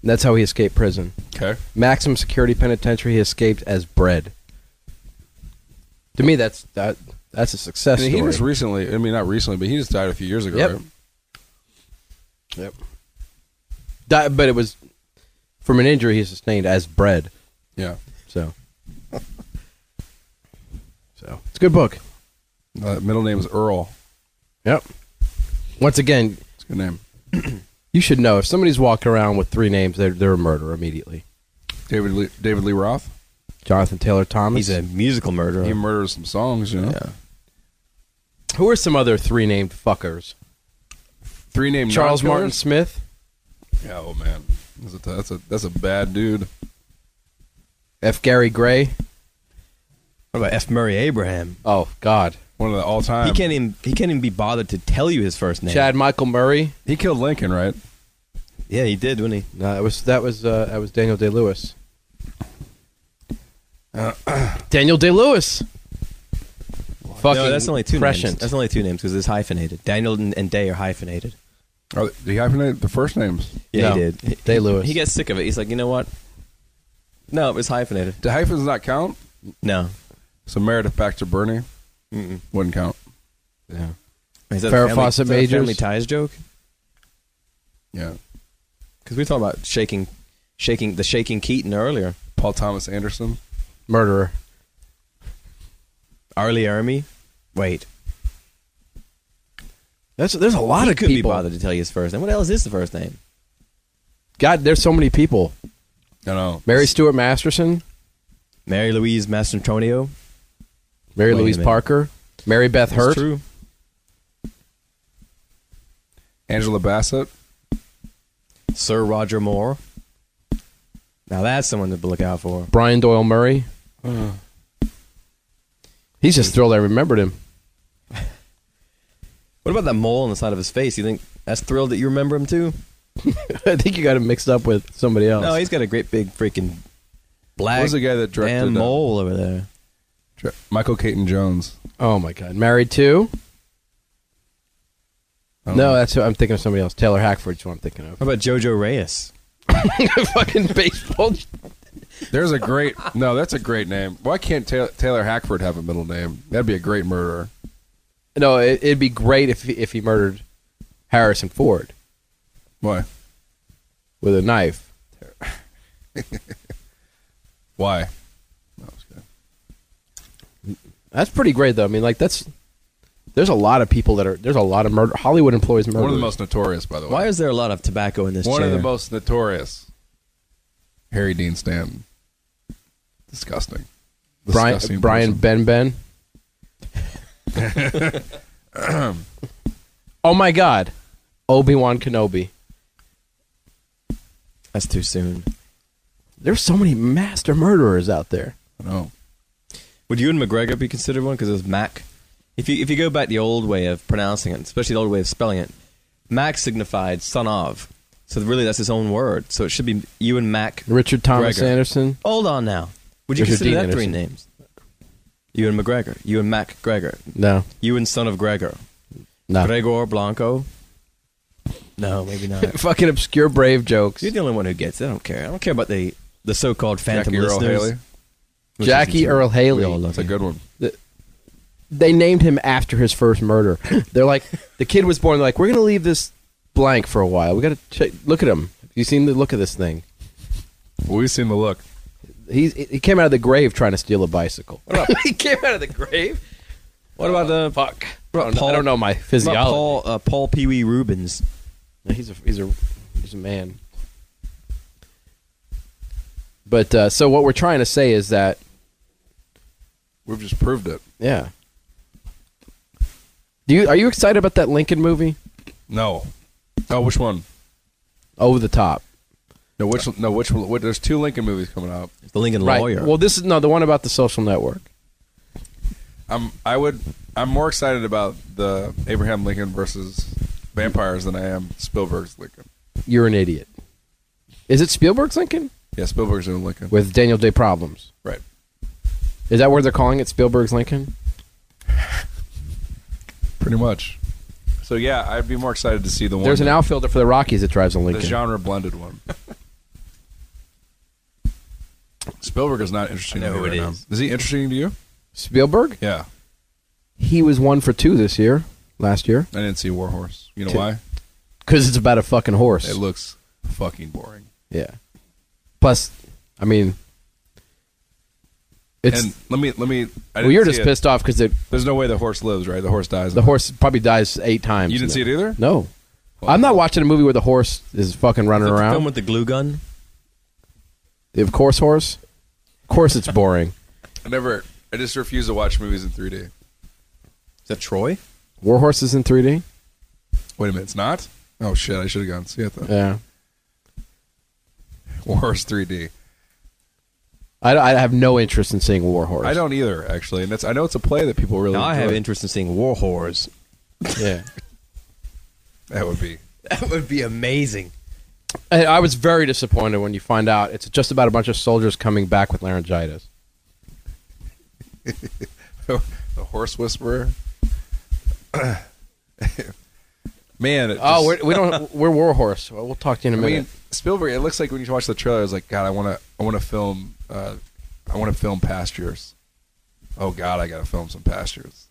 And that's how he escaped prison. Okay. Maximum security penitentiary. He escaped as bread. To me, that's that. That's a success And he story. just recently, I mean, not recently, but he just died a few years ago, Yep. right? Yep. That, but it was from an injury he sustained as bread. Yeah. So. so it's a good book. Uh, middle name is Earl. Yep. Once again, It's a good name. you should know if somebody's walking around with three names, they're, they're a murderer immediately. David Lee, David Lee Roth. Jonathan Taylor Thomas. He's a musical murderer. He murders some songs, you know. yeah. Who are some other three named fuckers? Three name Charles Martin non-killers? Smith. Yeah, oh man, that's a, that's a that's a bad dude. F. Gary Gray. What about F. Murray Abraham? Oh God. One of the all time. He can't even he can't even be bothered to tell you his first name. Um, Chad Michael Murray. e- He killed Lincoln, right? Yeah, he did, didn't he? No, that was that was uh, that was Daniel Day Lewis. *clears throat* Daniel Day Lewis. Fucking no, that's only two prescient. names. That's only two names because it's hyphenated. Daniel and, and Day are hyphenated. Are they- did he hyphenate the first names? Yeah, No. he did. He- Day Lewis. He gets sick of it. He's like, you know what? No, it was hyphenated. Do hyphens not count? No. So Meredith back to Bernie Mm-mm. wouldn't count. yeah. Is that a Farrah family- Fawcett is that a Majors? Family ties joke? Yeah, Because we were talking about shaking, shaking the shaking Keaton earlier. Paul Thomas Anderson. Murderer. Arlie Army. Wait, That's there's a lot he of couldn't people. be bothered to tell you his first name. What else is the first name? God, there's so many people. I know. Mary Stuart Masterson, Mary Louise Mastrantonio. Mary Wait a Louise minute. Parker, Mary Beth That's Hurt. True. Angela Bassett. Sir Roger Moore. Now that's someone to look out for. Brian Doyle Murray. Uh. He's just thrilled I remembered him. *laughs* What about that mole on the side of his face? You think that's thrilled that you remember him too? I think you got him mixed up with somebody else. No, he's got a great big freaking What black was the guy that directed damn uh, mole over there. Dr- Michael Caton Jones? oh my God, married to Uh, No, that's who I'm thinking of. Somebody else. Taylor Hackford's who I'm thinking of. *laughs* How about JoJo Reyes? Fucking baseball. There's a *laughs* great no. That's a great name. Why can't Taylor, Taylor Hackford have a middle name? That'd be a great murderer. No, it, it'd be great if he, if he murdered Harrison Ford Why? with a knife. Why? No, I was kidding. That's pretty great though. I mean, like that's there's a lot of people that are there's a lot of murder. Hollywood employs murder. One of the most notorious, by the way. Why is there a lot of tobacco in this One chair? of the most notorious. Harry Dean Stanton. Disgusting. Brian Disgusting Brian Ben person. Ben. *laughs* oh my God, Obi Wan Kenobi. That's too soon. There's so many master murderers out there. No. Would you and McGregor be considered one? Because it was Mac. If you if you go back the old way of pronouncing it, especially the old way of spelling it, Mac signified son of. So really, that's his own word. So it should be you and Mac. Richard Thomas McGregor. Anderson. Hold on now. Would you Richard consider Dean that three Anderson. names? You and McGregor. You and Mac Gregor. No, You and son of Gregor. no. Gregor Blanco. No, maybe *laughs* not. Fucking obscure brave jokes. You're the only one who gets. it. I don't care. I don't care about the the so-called phantom Jackie Earl listeners. Haley. which Jackie isn't true. Earl Haley. We all love That's a you. good one. they named him after his first murder. *laughs* They're like, the kid was born. They're like, we're gonna leave this blank for a while. We gotta check, look at him. Have you seen the look of this thing? We've seen the look. He's he came out of the grave trying to steal a bicycle. *laughs* he came out of the grave. What about the Fuck. What I don't, about know, I Paul- don't know my what about physiology. Paul uh, Paul Pee Wee Rubens? No, He's a he's a he's a man. But uh, so what we're trying to say is that We've just proved it. yeah. Do you are you excited about that Lincoln movie? No. Oh, which one? Over the top. No, which no, which one? Wait, there's two Lincoln movies coming out. The Lincoln Lawyer. Well, this is no the one about the social network. I'm I would I'm more excited about the Abraham Lincoln versus vampires than I am Spielberg's Lincoln. You're an idiot. Is it Spielberg's Lincoln Yeah, Spielberg's in Lincoln. with Daniel Day Problems? right. Is that where they're calling it Spielberg's Lincoln? Pretty much. So yeah, I'd be more excited to see the one There's an that- outfielder for the Rockies that drives a the Lincoln. genre blended one. Spielberg is not interesting I know to me who it right is. now. Is he interesting to you? Spielberg? Yeah. He was one for two this year, last year, I didn't see War Horse. You know Okay. why? because it's about a fucking horse. It looks fucking boring. yeah. Plus, I mean, it's and let me let me I well, you're didn't just see it. pissed off because the There's no way the horse lives, right? The horse dies. the horse probably dies eight times. You didn't in see it either? No, I'm not watching a movie where the horse is fucking running the around. film with the glue gun. of course, horse. Of course, it's *laughs* boring. I never I just refuse to watch movies in 3D. Is that Troy? War horses in 3D. Wait a minute, it's not? Oh shit, I should have gone and see it then. Yeah. Warhorse 3D. I, I have no interest in seeing War Horse. I don't either, actually. And that's I know it's a play that people really Now I enjoy. have interest in seeing War Horrors. Yeah. That would be *laughs* That would be amazing. I, I was very disappointed when you find out it's just about a bunch of soldiers coming back with laryngitis. *laughs* the horse whisperer. *coughs* Man, it Oh, just- we're, we don't. We're War Horse. Well, We'll talk to you in a I minute. mean, Spielberg. It looks like when you watch the trailer, it's like, God, I want to, I want to film, uh, I want to film pastures. Oh God, I got to film some pastures.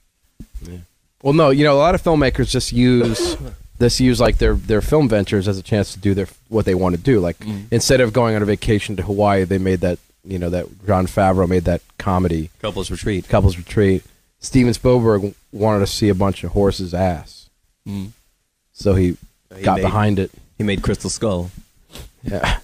well, no, you know, a lot of filmmakers just use *coughs* this use like their their film ventures as a chance to do their what they want to do. Like Mm-hmm. instead of going on a vacation to Hawaii, they made that you know that John Favreau made that comedy Couples Retreat. couples retreat. Steven Spielberg wanted to see a bunch of horses' ass, Mm. so he, He got made- behind it. He made Crystal Skull. Yeah.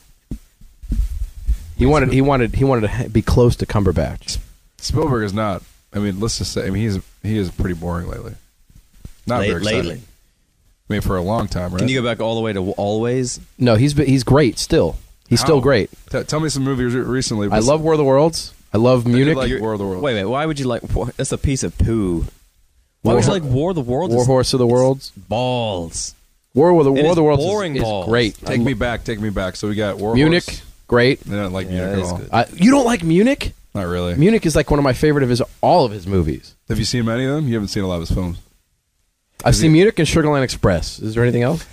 He wanted. He wanted. He wanted to ha- be close to Cumberbatch. Spielberg is not. I mean, let's just say, I mean, he's he is pretty boring lately. Not Late- very exciting. lately. I mean, for a long time, right? Can you go back all the way to Always? No, he's be- he's great still. He's How? still great. T- tell me some movies re- recently. I love War of the Worlds. I love Munich. like You're- War of the Worlds. Wait, wait. Why would you like? War? That's a piece of poo. Why would you like War of the Worlds? War Horse of the Worlds. Balls. War of the It War is of the Worlds boring is, is balls. great. Take me back. Take me back. So we got War Munich, Horse. great. They don't like Yeah, that Munich is at all. good. Uh, you don't like Munich? Not really. Munich is like one of my favorite of his all of his movies. Have you seen many of them? You haven't seen a lot of his films. I've seen Munich and Sugarland Express. Is there anything else?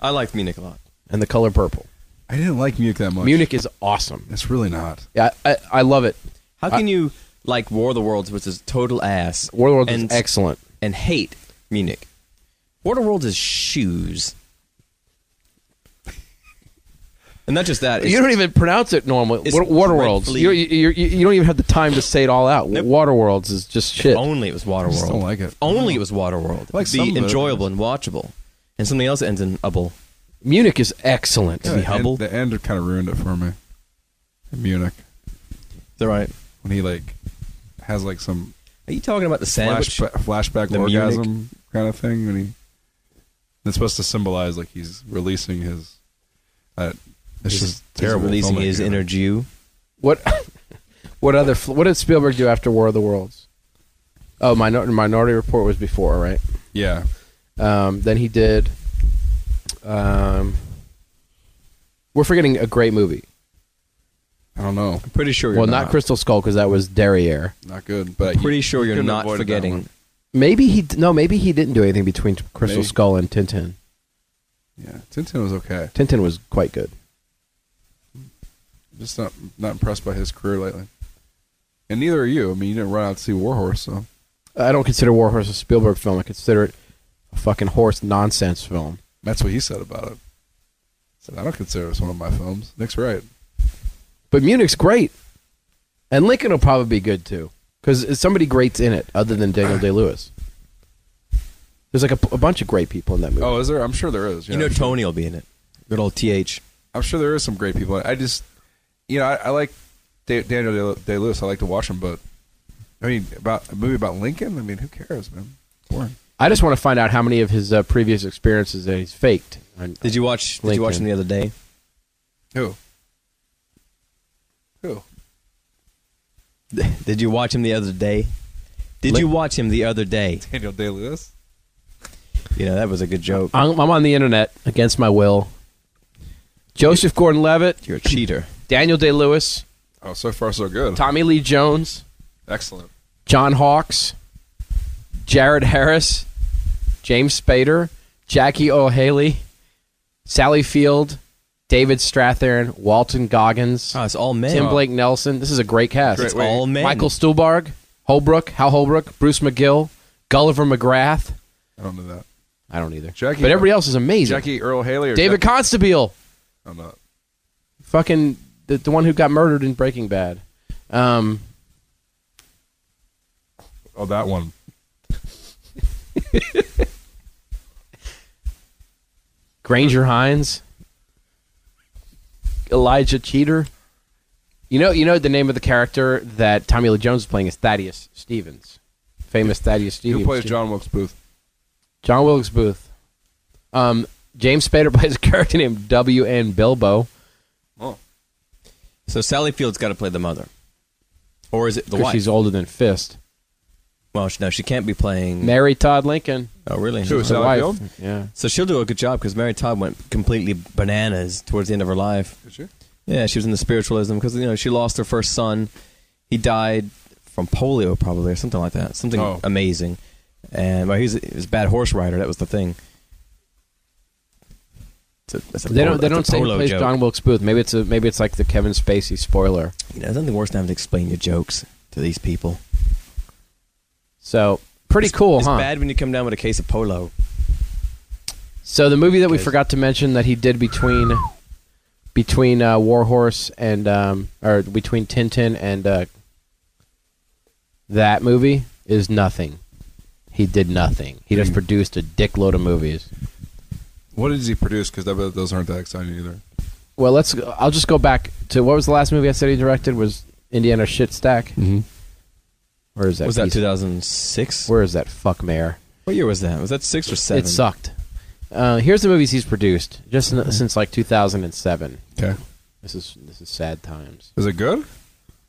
I liked Munich a lot. And the color purple. I didn't like Munich that much. Munich is awesome. It's really not. Yeah, I, I love it. How can you like War of the Worlds, which is total ass? War of the Worlds and, is excellent. and hate Munich. War of the Worlds is shoes. And not just that. It's, you don't even pronounce it normally. it's Wa- Waterworlds. dreadfully- You, you, you, you don't even have the time to say it all out. Waterworlds is just shit. only it was Waterworld. just don't like it. Only it was Waterworld. like some be of it. enjoyable and watchable. And something else that ends in ubble. Munich is excellent. Yeah. Lee the Hubble? End, the end kind of ruined it for me. In Munich, Is that right? when he like has like some Are you talking about the sandwich? flashback, flashback The orgasm Munich? kind of thing when he. That's supposed to symbolize like he's releasing his. Uh, it's He's- just he's terrible. Oh Releasing filmmaking. his inner Jew. What *laughs* what other fl- what did Spielberg do after War of the Worlds? Oh, Minor- Minority Report was before, right? Yeah, Um, then he did. Um, we're forgetting a great movie. I don't know. I'm pretty sure. You're well, not, not Crystal Skull because that was Derriere. Not good, but I'm pretty you- sure you you're couldn't not avoid that forgetting. one. Maybe he d- no. Maybe he didn't do anything between Crystal Maybe. Skull and Tintin. Yeah, Tintin was okay. Tintin was quite good. Just not not impressed by his career lately. And neither are you. I mean, you didn't run out to see Warhorse, so I don't consider War Horse a Spielberg film. I consider it a fucking horse nonsense film. that's what he said about it. He said I don't consider this one of my films. Nick's right. But Munich's great, and Lincoln will probably be good too because somebody great's in it other than Daniel Day Lewis. There's like a, p- a bunch of great people in that movie. Oh, is there? I'm sure there is. Yeah. You know, Tony will be in it. Good old th. I'm sure there is some great people. I just, you know, I, I like da- Daniel Day Lewis. I like to watch him, but I mean, about a movie about Lincoln. I mean, who cares, man? Boring. I just want to find out how many of his uh, previous experiences that he's faked. I- Did you watch? Did you watch LinkedIn. him the other day? Who? Who? *laughs* Did you watch him the other day? Did you watch him the other day? Daniel Day Lewis. You know that was a good joke. I'm, I'm on the internet against my will. Joseph Gordon-Levitt, You're a cheater. Daniel Day Lewis, Oh, so far so good. Tommy Lee Jones, Excellent. John Hawks, Jared Harris, James Spader, Jackie O'Haley, Sally Field, David Strathairn, Walton Goggins, Oh, it's all men. Tim Blake Nelson. This is a great cast. It's all men. Michael Stuhlbarg, Holbrook, Hal Holbrook, Bruce McGill, Gulliver McGrath. I don't know that. I don't either. Jackie- but everybody else is amazing. Jackie Earl Haley or David Jack- Constable, I'm not. fucking the, the one who got murdered in Breaking Bad. Um, Oh, that one. Granger Hines, Elijah Cheater. You know, you know the name of the character that Tommy Lee Jones is playing is Thaddeus Stevens, famous Thaddeus Stevens. Who plays John Wilkes Booth? John Wilkes Booth. Um, James Spader *laughs* plays a character named W. N. Bilbo. Oh, So Sally Field's got to play the mother, or is it the 'cause wife? she's older than Fist. well, sh- no, she can't be playing. Mary Todd Lincoln, oh, really? Who, the Sally wife. Field? Yeah. So she'll do a good job because Mary Todd went completely bananas towards the end of her life. did you? Yeah, she was into spiritualism because you know she lost her first son. He died from polio, probably or something like that. Something Oh. amazing. And well, he was, he was a bad horse rider. That was the thing. It's a- that's a They polo- don't. They don't that's a say who polo plays joke. John Wilkes Booth. Maybe it's a. Maybe it's like the Kevin Spacey spoiler. You know, there's nothing worse than having to explain your jokes to these people. So pretty cool, it's huh? bad when you come down with a case of polo. So the movie that we Good. forgot to mention that he did between between uh, Warhorse and um, or between Tintin and uh, that movie is nothing. He did nothing. He Hmm. just produced a dickload of movies. What did he produce? Because I bet those aren't that exciting either. Well, let's. I'll just go back to what was the last movie I said he directed was Indiana Shit Stack. Mm-hmm. Where is that? Was that piece? 2006? Where is that fuck mayor? What year was that? Was that six or seven? It sucked. Uh, here's the movies he's produced just in, since like 2007. Okay. This is this is sad times. Is it good?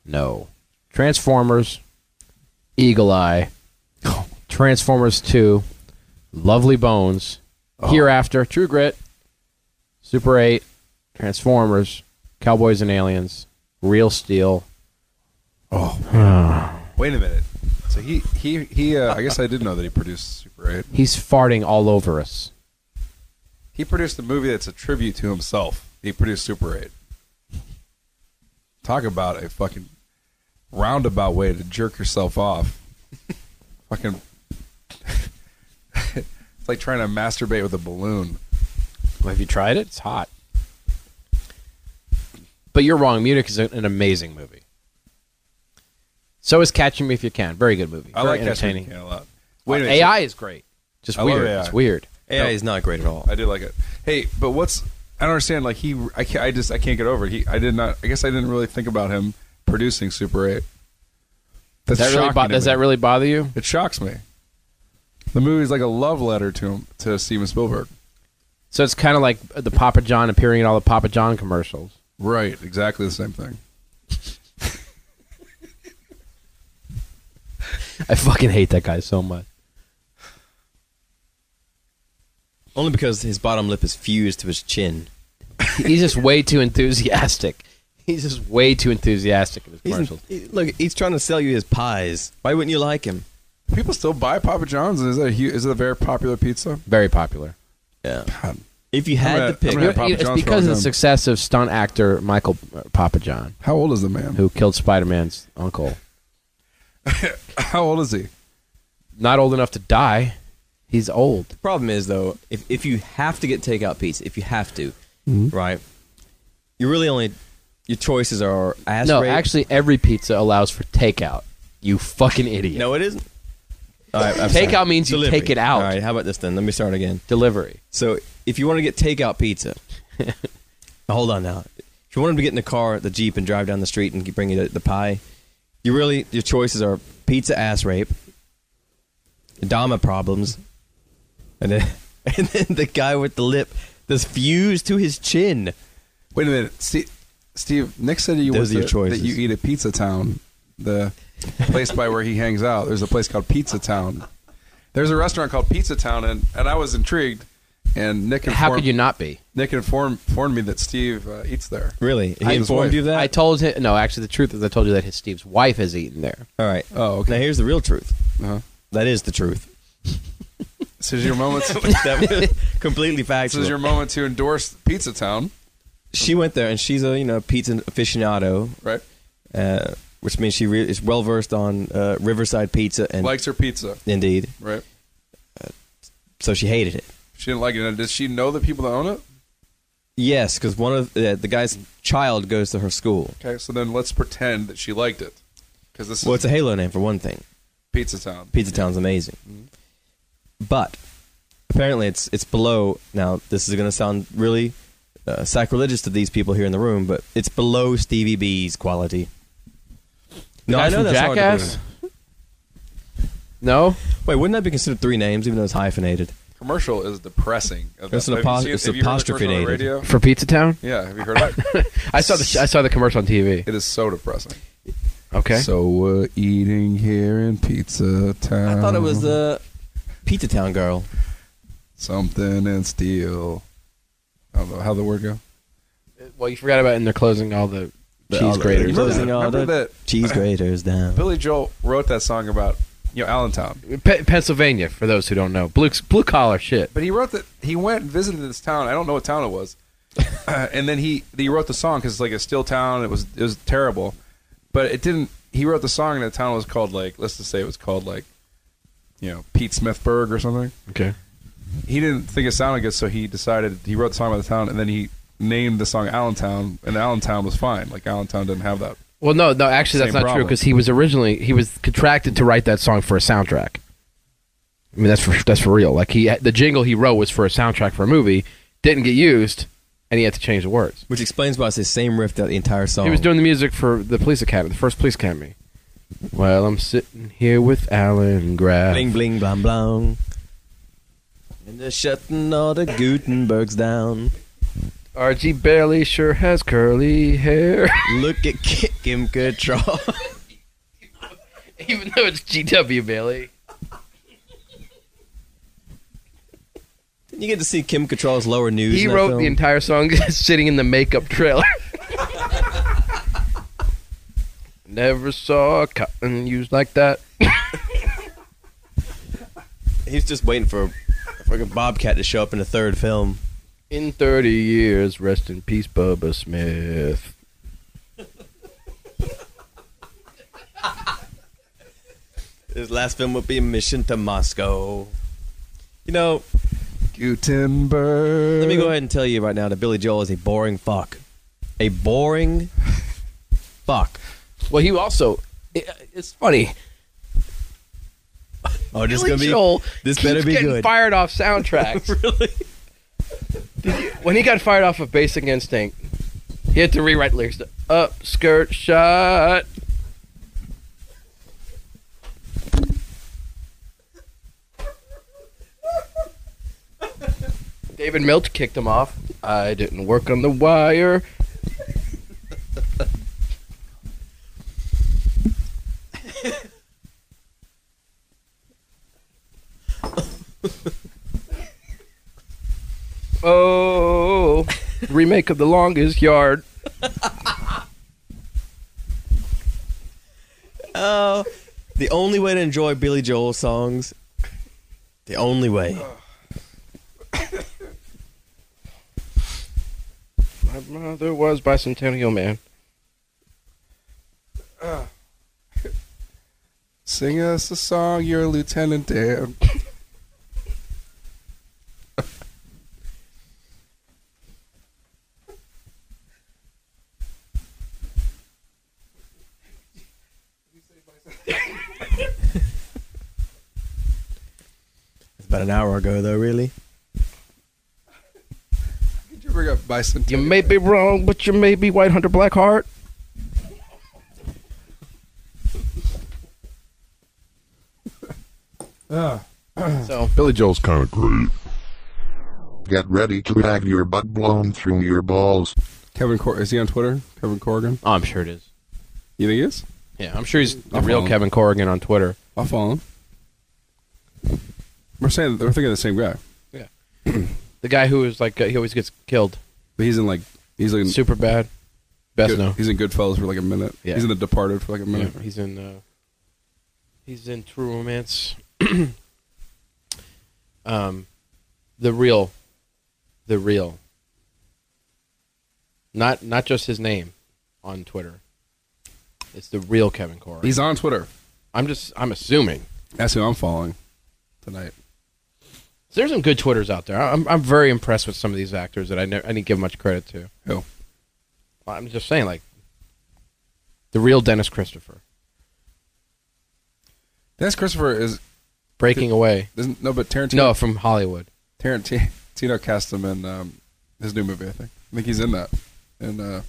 No. Transformers, Eagle Eye, Transformers 2, Lovely Bones, Oh. Hereafter, True Grit, Super 8, Transformers, Cowboys and Aliens, Real Steel. Wait a minute. So he he he. Uh, I guess I did know that he produced Super Eight. He's farting all over us. He produced a movie that's a tribute to himself. He produced Super Eight. Talk about a fucking roundabout way to jerk yourself off. *laughs* fucking. *laughs* it's like trying to masturbate with a balloon. Have you tried it? It's hot. But you're wrong. Munich is an amazing movie. So is Catching Me If You Can. Very good movie. I Very like entertaining. Uh, Catch Me If You Can a lot. Wait a minute. AI is great. Just I love weird. AI. It's weird. AI is not great at all. I did like it. Hey, but what's I don't understand. Like he, I, can't, I just I can't get over it. He, I did not. I guess I didn't really think about him producing Super Eight. That's That really shocking bo- to does me. that really bother you? It shocks me. The movie's like a love letter to him to Steven Spielberg. So it's kind of like the Papa John appearing in all the Papa John commercials. Right, exactly the same thing. I fucking hate that guy so much. Only because his bottom lip is fused to his chin. He's just way too enthusiastic. He's just way too enthusiastic in his He's commercials. he- look, he's trying to sell you his pies. Why wouldn't you like him? People still buy Papa John's. Is that a, hu- is it a very popular pizza? Very popular. Yeah. God. If you had I'm the gonna- pick, I'm gonna- You know, Papa it's John's because of the frozen. success of stunt actor Michael uh, Papa John, How old is the man? who killed Spider Man's uncle. How old is he? Not old enough to die. He's old. the problem is though, if if you have to get takeout pizza, if you have to, right? You really only your choices are ass no, rape- actually, every pizza allows for takeout. You fucking idiot. no, it isn't. All right, I'm Takeout sorry. means you Delivery. take it out. All right, how about this then? Let me start again. Delivery. So if you want to get takeout pizza, Now, hold on now. If you wanted to get in the car, the jeep, and drive down the street and bring you the, the pie, you really your choices are pizza ass rape, Dama problems, and then *laughs* and then the guy with the lip that's fused to his chin. Wait a minute, Steve. Steve Nick said you went Those are your to- that choices. you eat at Pizza Town, the place by where he hangs out. There's a place called Pizza Town. There's a restaurant called Pizza Town, and, and I was intrigued. And Nick informed, How could you not be? Nick informed, informed me that Steve uh, eats there. Really, he I- his informed wife. you of that. I told him. No, actually, the truth is, I told you that his Steve's wife has eaten there. All right. Oh, okay. Now here's the real truth. Uh-huh. That is the truth. This is your moment. *laughs* that was *laughs* completely this factual. is your moment to endorse Pizza Town, she went there, and she's a you know pizza aficionado. right? uh, which means she re- is well versed on uh, Riverside pizza and Likes her pizza, indeed. right? So she hated it. She didn't like it. Now, Does she know the people that own it? Yes, because one of uh, the guy's child goes to her school. Okay, so then let's pretend that she liked it, because this Well, is it's a Halo name for one thing. Pizza Town. Pizza Town's amazing, but apparently it's it's below. Now this is going to sound really uh, sacrilegious to these people here in the room, but it's below Stevie B's quality. No, guy I know from that's hard to Jackass? believe. No, Wait, wouldn't that be considered three names, even though it's hyphenated? commercial is depressing. Of It's that. an Have you apos- seen- it's have you heard the commercial on the apostrophe-nated. radio? for Pizza Town. Yeah, have you heard of *laughs* it? I saw the sh- I saw the commercial on TV. it is so depressing. Okay. So we're eating here in Pizza Town. I thought it was the Pizza Town girl. something and steel. I don't know how the word go. well, you forgot about in they're closing all the cheese graters. Remember Closing that- all remember the that- cheese graters down. Billy Joel wrote that song about you know Allentown, Pe- Pennsylvania, for those who don't know, blue blue collar shit. but he wrote that he went and visited this town. I don't know what town it was, uh, and then he he wrote the song because it's like a still town. It was it was terrible, but it didn't. He wrote the song and the town was called like let's just say it was called like you know Pete Smithburg or something. Okay. he didn't think it sounded good, so he decided he wrote the song about the town, and then he named the song Allentown, and Allentown was fine. Like Allentown didn't have that. Well, no, no. Actually, that's Same not true problem. because he was originally he was contracted to write that song for a soundtrack. I mean, that's for that's for real. Like he the jingle he wrote was for a soundtrack for a movie, didn't get used, and he had to change the words. Which explains why it's the same riff that the entire song. He was doing the music for the police academy, the first police academy. Well, I'm sitting here with Alan Graff. bling bling blang blang. And they're shutting all the Gutenbergs down. RG barely sure has curly hair. *laughs* Look at Kim Cattrall. *laughs* Even though it's GW Bailey. you get to see Kim Cattrall's lower news. He in that wrote film. the entire song *laughs* sitting in the makeup trailer. *laughs* Never saw cotton used like that. He's just waiting for a fucking Bobcat to show up in the third film. In 30 years, rest in peace, Bubba Smith. His last film would be Mission to Moscow. You know, Gutenberg. let me go ahead and tell you right now that Billy Joel is a boring fuck. A boring fuck. Well, he also. it- it's funny. Oh, this is Billy gonna be Joel this keeps better be getting good. fired off *laughs* soundtracks. really? when he got fired off of Basic Instinct, he had to rewrite lyrics to "Up Skirt Shut." David Milch kicked him off. I didn't work on the wire. Oh, remake of the longest yard. Oh, the only way to enjoy Billy Joel songs, the only way. My mother was bicentennial man. Sing us a song, you're Lieutenant Dan. It's about an hour ago, though, really. Did you bring up bicentennial? You may be wrong, but you may be White Hunter Black Heart. so Billy Joel's kind of great. Get ready to have your butt blown through your balls. Kevin Cor- is he on Twitter? Kevin Corrigan. Oh, I'm sure it is. You think he is? Yeah, I'm sure he's the I'll real follow. Kevin Corrigan on Twitter. I'll follow him. We're saying we're thinking of the same guy, The guy who is like, uh, he always gets killed. but he's in like he's like in Super bad. Best good, no. he's in Goodfellas for like a minute. Yeah. He's in The Departed for like a Yeah, minute. he's in. Uh, he's in True *clears throat* Romance. um, the real, the real. Not not just his name on Twitter. It's the real Kevin Corrigan. He's on Twitter. I'm just I'm assuming. That's who I'm following tonight. So there's some good Twitters out there. I- I'm I'm very impressed with some of these actors that I never, I didn't give much credit to. Who? I'm just saying like the real Dennis Christopher That's Christopher is breaking away. isn't no, but Tarantino. No, from Hollywood. Tarantino cast him in um, his new movie. I think. I think he's in that. And uh,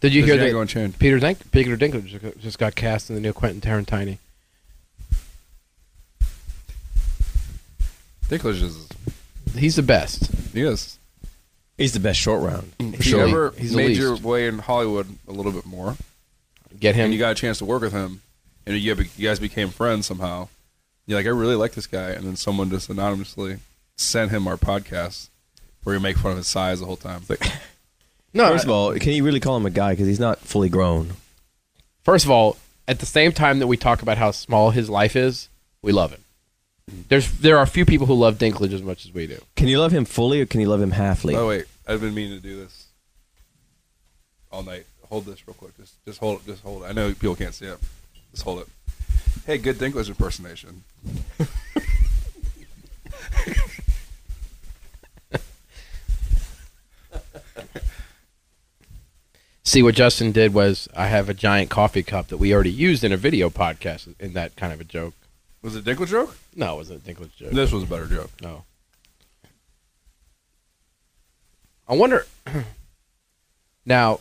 Did you Does hear he that? go unchained? Peter Dink- Peter Dinklage ju- just got cast in the new Quentin Tarantino. Dinklage is He's the best. he is. He's the best short round. If sure. you ever He's the made least. your way in Hollywood a little bit more, Get him. and you got a chance to work with him, and you, you guys became friends somehow. You're like, I really like this guy, and then someone just anonymously sent him our podcast where you make fun of his size the whole time. It's like, no, First of all, can you really call him a guy? Because he's not fully grown. First of all, at the same time that we talk about how small his life is, we love him. There's there are few people who love Dinklage as much as we do. Can you love him fully or can you love him halfly? oh wait, I've been meaning to do this all night. Hold this real quick. Just just hold it. Just hold it. I know people can't see it. Just hold it. Hey, good Dinklage impersonation. See what Justin did was I have a giant coffee cup that we already used in a video podcast in that kind of a joke. Was it a Dinklage joke? No, it wasn't a Dinklage joke. This was a better joke. No. I wonder *clears throat* now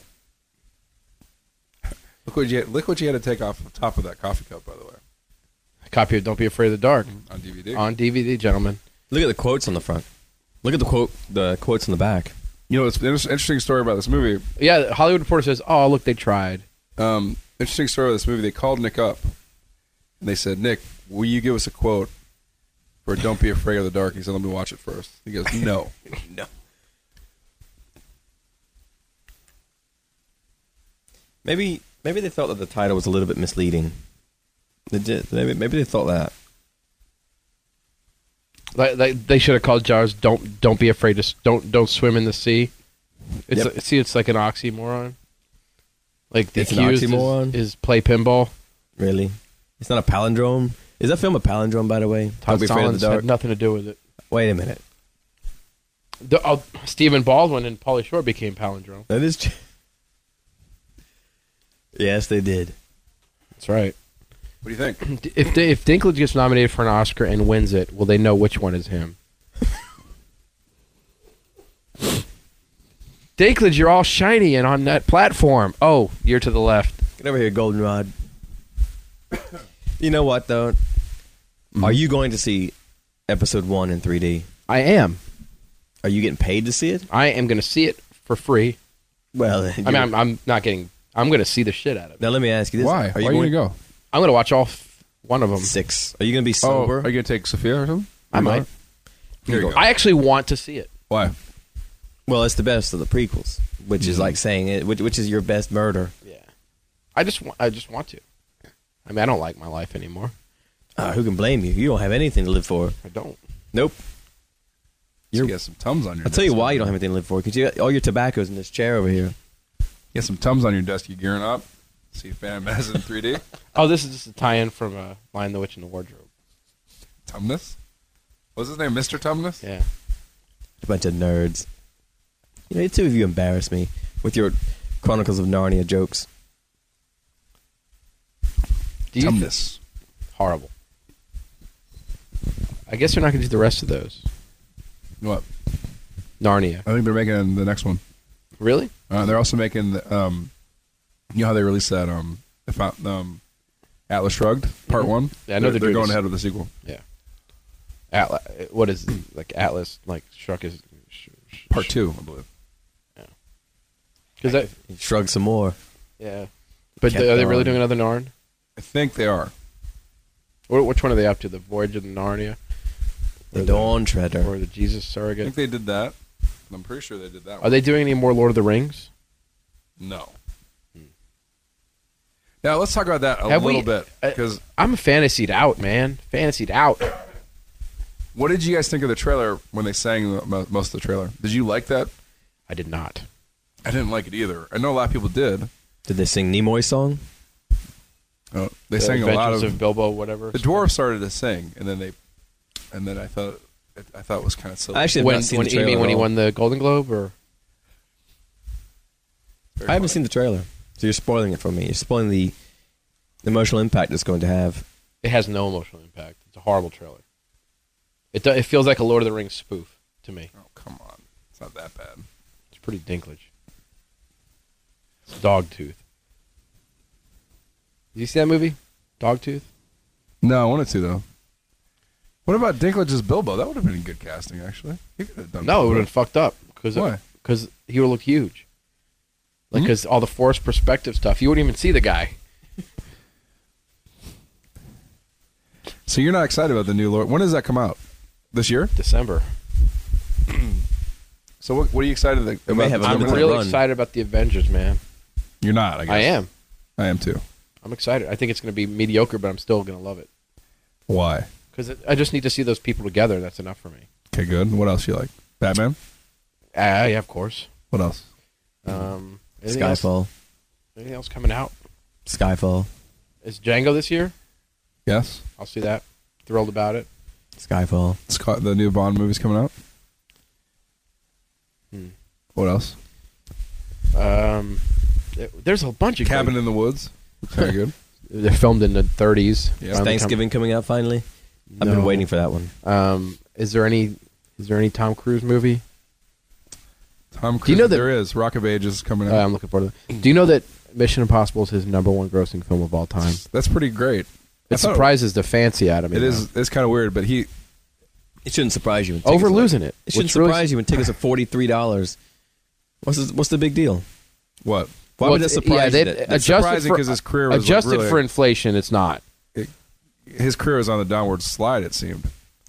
Look what you had, look what you had to take off the top of that coffee cup, by the way, a copy of Don't Be Afraid of the Dark on DVD. on DVD, gentlemen. Look at the quotes on the front. Look at the quote. The quotes on the back. you know, it's an inter- interesting story about this movie. Yeah, Hollywood Reporter says, "Oh, look, they tried." um, interesting story of this movie. They called Nick up and they said, Nick, will you give us a quote for Don't Be Afraid of the Dark? He said, let me watch it first. He goes, *laughs* no. No. Maybe maybe they felt that the title was a little bit misleading. They did. Maybe, maybe they thought that. Like, like they should have called jars. Don't don't be afraid to s- don't don't swim in the sea. It's Yep. a- see, it's like an oxymoron. Like the It's an accused is- oxymoron? Is, play pinball. Really? It's not a palindrome. Is that film a palindrome, by the way? Todd Don't be afraid of Solondz the dark. had nothing to do with it. Wait a minute. The, oh, Stephen Baldwin and Pauly Shore became palindrome. That is. Ch- *laughs* yes, they did. That's right. What do you think? If they, if Dinklage gets nominated for an Oscar and wins it, will they know which one is *laughs* him? Dinklage, you're all shiny and on that platform. Oh, you're to the left. Get over here, Goldenrod. you know what, though? Are you going to see episode one in 3D? I am. Are you getting paid to see it? I am going to see it for free. *laughs* Well, I mean, I'm, I'm not getting. I'm going to see the shit out of it. now let me ask you this: Why? Are you Why you going gonna go? I'm going to watch all f- one of them. six? Are you going to be sober? Oh, are you gonna take Sophia or something? I might. Here you go. I actually want to see it. Why? well, it's the best of the prequels, which is like saying it, which, which is your best murder. Yeah. I just want. I just want to. I mean, I don't like my life anymore. Uh, who can blame you? You don't have anything to live for. I don't. Nope. You got some tums on your. I'll tell you desk. why you don't have anything to live for. Because you got all your tobacco's in this chair over here. You got some tums on your desk. You gearing up? See Phantom Menace in 3D. Oh, this is just a tie-in from uh, *Lion the Witch and the Wardrobe*. Tumnus. What's his name? Mr. Tumnus. Yeah. A bunch of nerds. You know, you two of you embarrass me with your Chronicles of Narnia jokes. Do you th- Tumnus. horrible? I guess you're not going to do the rest of those. What? Narnia. I think they're making the next one. Really? Uh, they're also making the, um, you know how they released that um, if I, um, Atlas Shrugged Part One. Mm-hmm. Yeah, I know they're, they're they're doing going this. ahead with the sequel. Yeah. Atlas. What is it? like Atlas? Like Shrek is. Sh- sh- Part Two, I believe. Because that. Shrug some more. Yeah. But Kept th- are they really on. doing another Narn? I think they are. Or which one are they up to? The Voyage of the Narnia, Or The the- Dawn Treader. or the Jesus I think Surrogate? they did that. I'm pretty sure they did that. Are One. they doing any more Lord of the Rings? No. Now let's talk about that a Hmm. Have we- little bit uh, because I'm fantasied out, man. Fantasied out. what did you guys think of the trailer when they sang the, mo- most of the trailer? Did you like that? I did not. I didn't like it either. I know a lot of people did. Did they sing Nimoy's song? Uh, they The sang a lot Adventures of, of Bilbo, whatever. the dwarf started to sing, and then they, and then I thought, I thought it was kind of silly. I actually have when, not seen when the you trailer. mean at when he all. won the Golden Globe, or Very I haven't funny. seen the trailer, so you're spoiling it for me. You're spoiling the emotional impact it's going to have. it has no emotional impact. It's a horrible trailer. It do, it feels like a Lord of the Rings spoof to me. Oh come on, it's not that bad. It's pretty dinklage. It's Dogtooth. Did you see that movie, Dogtooth? No, I wanted to though. What about Dinklage's Bilbo? That would have been good casting, actually. He could have done. No, it would have been fucked up Why? because he would look huge. Like because all the forced perspective stuff, you wouldn't even see the guy. So you're not excited about the new Lord? When does that come out? This year? December. So what? What are you excited about? may have the- a I'm limited really run. excited about the Avengers, man. You're not. I guess I am. I am too. I'm excited. I think it's going to be mediocre, but I'm still going to love it. Why? because I just need to see those people together. That's enough for me. Okay, good. What else you like? Batman. Ah, yeah, of course. What else? Um, anything Else, Skyfall. anything else coming out? Skyfall. Is Django this year? Yes. I'll see that. Thrilled about it. Skyfall. Scott, the new Bond movie's coming out. Hmm. What else? Um, it- there's a bunch of Cabin in the Woods. Looks Very *laughs* good. They're filmed in the 30s. Yeah. Finally Thanksgiving coming out finally. I've No. been waiting for that one. come- Um, is there any? Is there any Tom Cruise movie? Tom Cruise. you know that- there is Rock of Ages coming out? Uh, I'm looking forward to that. Do you know that Mission Impossible is his number one grossing film of all time? That's pretty great. It I thought surprises the fancy out of me. Oh. It though. is. It's kind of weird, but he It shouldn't surprise you. when tickets over are- losing it. It shouldn't which really- surprise you *laughs* when tickets are forty three dollars. What's the, what's the big deal? what? Why would that surprise yeah, you? they- that- that- it's adjusted surprising for 'cause his career was, like, adjusted really- for inflation. It's not. His career was on the downward slide. It seemed,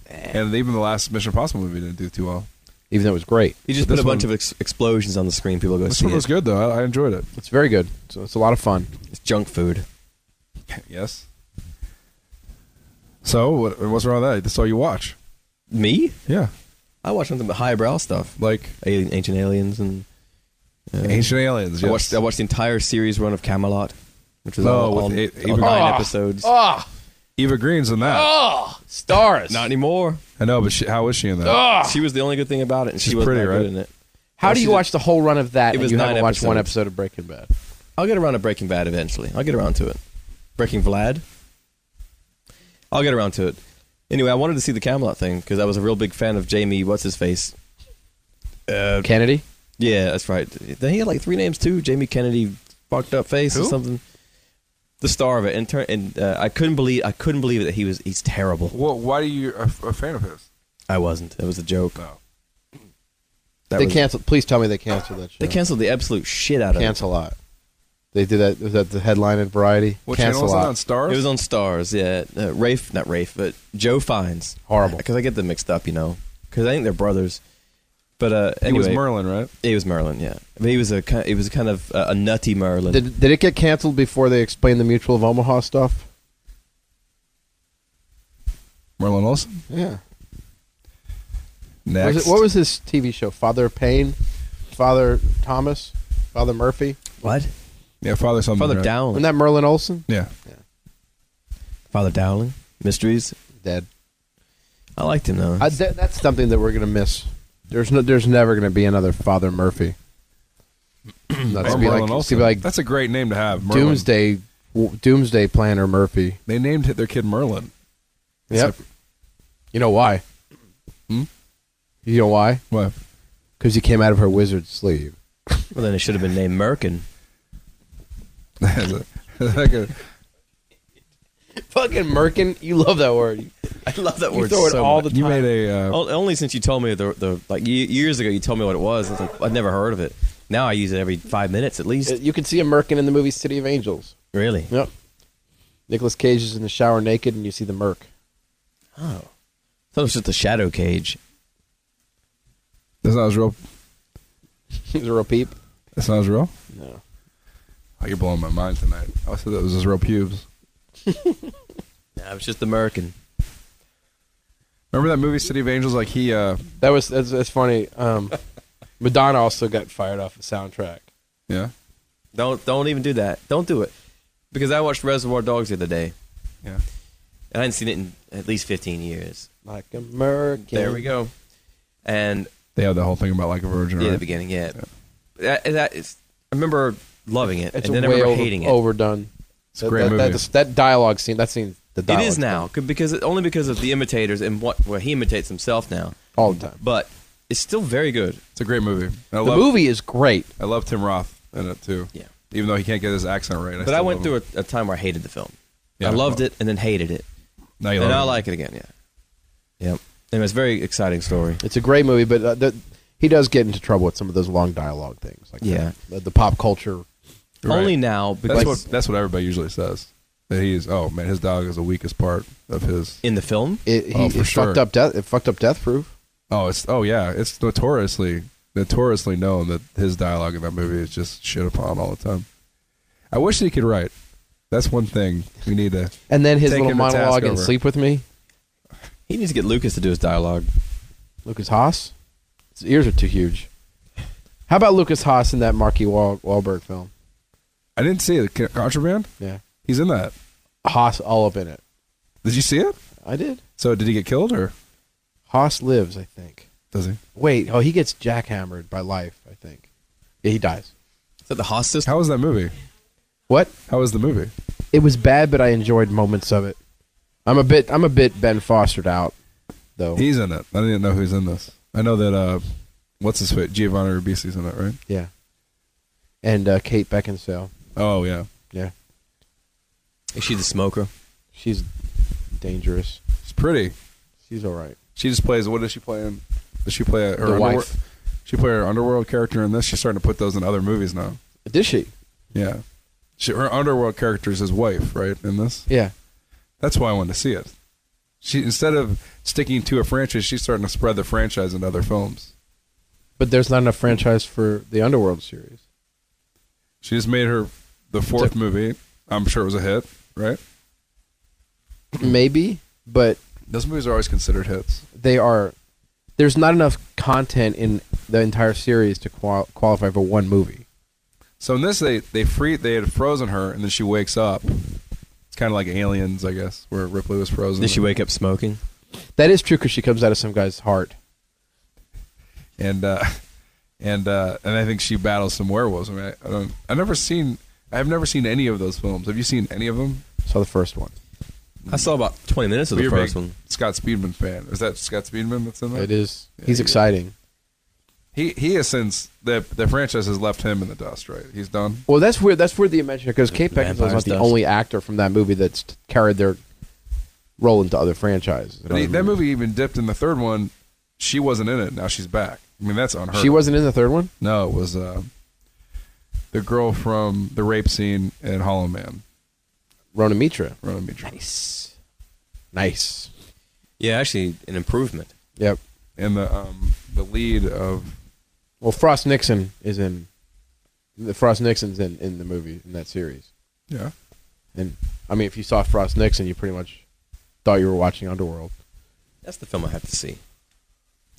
Eh. and even the last Mission Impossible movie didn't do too well. even though it was great. you just this put a bunch one- of ex- explosions on the screen. People go This see one was it. good though. I, I enjoyed *laughs* it. It's very good. So it's a lot of fun. It's junk food. yes. So what, what's wrong with that? That's all you watch. Me? Yeah, I watch something but highbrow stuff, like Alien, Ancient Aliens, and Ancient Aliens. I Yes. watched I watched the entire series run of Camelot, which was No, all, with all, eight- all eight- nine episodes. Ah. Oh, Eva Green's in that. stars. Not anymore. I know, but she, how is she in that? Oh! She was the only good thing about it, and Ah. she She's was pretty, pretty good right? in it. How do you watch the whole run of that It and was you nine haven't watched one episodes. episode of Breaking Bad? I'll get around to Breaking Bad eventually. I'll get around to it. Breaking Vlad. I'll get around to it. Anyway, I wanted to see the Camelot thing because I was a real big fan of Jamie. What's his face? Uh, Kennedy? yeah, that's right. Then he had like three names too. Jamie Kennedy, fucked up face or something. The star of it, and, turn, and uh, I couldn't believe I couldn't believe that he was he's terrible. Well, why do you a, a fan of his? I wasn't. It was a joke. No. That they was- canceled. Please tell me they canceled that show. They canceled the absolute shit out of it. cancel lot. They did that. Was that the headline in Variety? What cancel channel was that lot. on Stars? It was on Stars, yeah. Uh, Rafe, not Rafe, but Joe Fines. Horrible. Because I get them mixed up, you know. Because I think they're brothers. But uh, He anyway, was Merlin, right? He was Merlin, yeah. But he was a ki- he was kind of uh, a nutty Merlin. Did, did it get canceled before they explained the Mutual of Omaha stuff? Merlin Olsen. Yeah. Next. Was it, what was his TV show? Father Payne, Father Thomas, Father Murphy. what? yeah, Father something. Father right? Dowling. Wasn't that Merlin Olson? Yeah. Father Dowling. Mysteries. Dead. I liked him though. I, that, that's something that we're gonna miss. There's no. There's never gonna be another Father *clears throat* Murphy. That's Or be Merlin like, it's Olsen. gonna be like That's a great name to have. Merlin. Doomsday, w- Doomsday Planner Murphy. They named their kid Merlin. Yep. You know why? Hmm? You know why? What? *laughs* Because he came out of her wizard's sleeve. well, then it should have been named Merkin. That's a- *laughs* that's like a- Fucking Merkin, you love that word. I love that You word throw it so all much. the you time. made a. Uh, O- Only since you told me the, the like y- years ago, you told me what it was. It's like, I'd never heard of it. Now I use it every five minutes at least. Uh, You can see a Merkin in the movie City of Angels. really? Yep. Nicholas Cage is in the shower naked, and you see the Merc. Oh, thought it was just a shadow cage. that's not as real. *laughs* He's a real peep. That's not as real. No. Oh, you're blowing my mind tonight. I said that was his real pubes. Nah, it was just American. Remember that movie City of Angels? Like he. uh That was that's, that's funny. Um, Madonna also got fired off the soundtrack. Yeah. Don't don't even do that. Don't do it. Because I watched Reservoir Dogs the other day, Yeah. and I hadn't seen it in at least fifteen years. Like a Merkin. There we go. And They have the whole thing about like a virgin. yeah, right? the beginning, yeah. That, that is, I remember loving it, It's and then I way remember over- hating it. overdone. It's a great that, that- movie. That, that dialogue scene. That scene. The It dialogue is now c- because only because of the imitators and what well, he imitates himself now, all the time. but it's still very good. It's a great movie. And I The love, movie is great. I love Tim Roth in it too. Yeah. Even though he can't get his accent right. But I went through a, a time where I hated the film. Yeah, I loved well- it and then hated it, Now you and now I love like it again. Yeah, yep. And it's a very exciting story. It's a great movie, but uh, the, he does get into trouble with some of those long dialogue things. Like Yeah. the, the pop culture. Right. Only now That's because what that's what everybody usually says. That he's oh man, his dog is the weakest part of his. in the film, It, he, Oh, it for sure. fucked up death. It fucked up Death Proof. Oh, it's oh yeah, it's notoriously notoriously known that his dialogue in that movie is just shit upon all the time. I wish he could write. That's one thing we need to. And then his Take little him to task monologue in over. Sleep with Me. he needs to get Lucas to do his dialogue. Lucas Haas. His ears are too huge. How about Lucas Haas in that Marky Wahl- Wahlberg film? I didn't see it. Con- Contraband. Yeah, He's in that. Haas all up in it. Did you see it? I did. So did he get killed or Haas lives, I think. does he? Wait, oh, he gets jackhammered by life. I think. Yeah, he dies. Is that the Haas system? How was that movie? What? How was the movie? It was bad, but I enjoyed moments of it. I'm a bit. I'm a bit Ben Fostered out, though. He's in it. I didn't know who's in this. I know that uh, what's his face? Giovanni Ribisi's in it, right? Yeah. And uh, Kate Beckinsale. Oh yeah, Yeah. Is she the smoker? She's dangerous. she's pretty. She's all right. She just plays. What does she play in? Does she play her The underworld? wife. She play her underworld character in this. She's starting to put those in other movies now. Did she? Yeah, she, her underworld character is his wife, right? In this, Yeah. that's why I wanted to see it. She instead of sticking to a franchise, she's starting to spread the franchise into other films. But there's not enough franchise for the Underworld series. She just made her the fourth movie. I'm sure it was a hit, right? Maybe, but Those movies are always considered hits. they are there's not enough content in the entire series to qual- qualify for one movie. So in this, they they free they had frozen her, and then she wakes up. It's kind of like Aliens, I guess, where Ripley was frozen. Did she wake up smoking? That is true because she comes out of some guy's heart. and uh, *laughs* and uh, and I think she battles some werewolves. I, mean, I, I don't. I've never seen. I've never seen any of those films. Have you seen any of them? Saw the first one. I saw about 20 minutes of the You're a first big one. Scott Speedman fan. Is that Scott Speedman that's in there? It is. he's yeah. exciting. He he has since the the franchise has left him in the dust. Right, he's done. Well, that's weird. That's weird. The mention because Kate Vampire Beckinsale is not the stuff. only actor from that movie that's t- carried their role into other franchises. and But he, other that movies. movie even dipped in the third one. She wasn't in it. Now she's back. I mean, that's on her. She wasn't in the third one. No, it was uh, the girl from the rape scene in Hollow Man. Rona Mitra. Rona Mitra. Nice. Nice. Yeah, actually, an improvement. Yep. And the um, the lead of Well, Frost Nixon is in. The Frost Nixon's in in the movie in that series. yeah. And I mean, if you saw Frost Nixon, you pretty much thought you were watching Underworld. That's the film I have to see.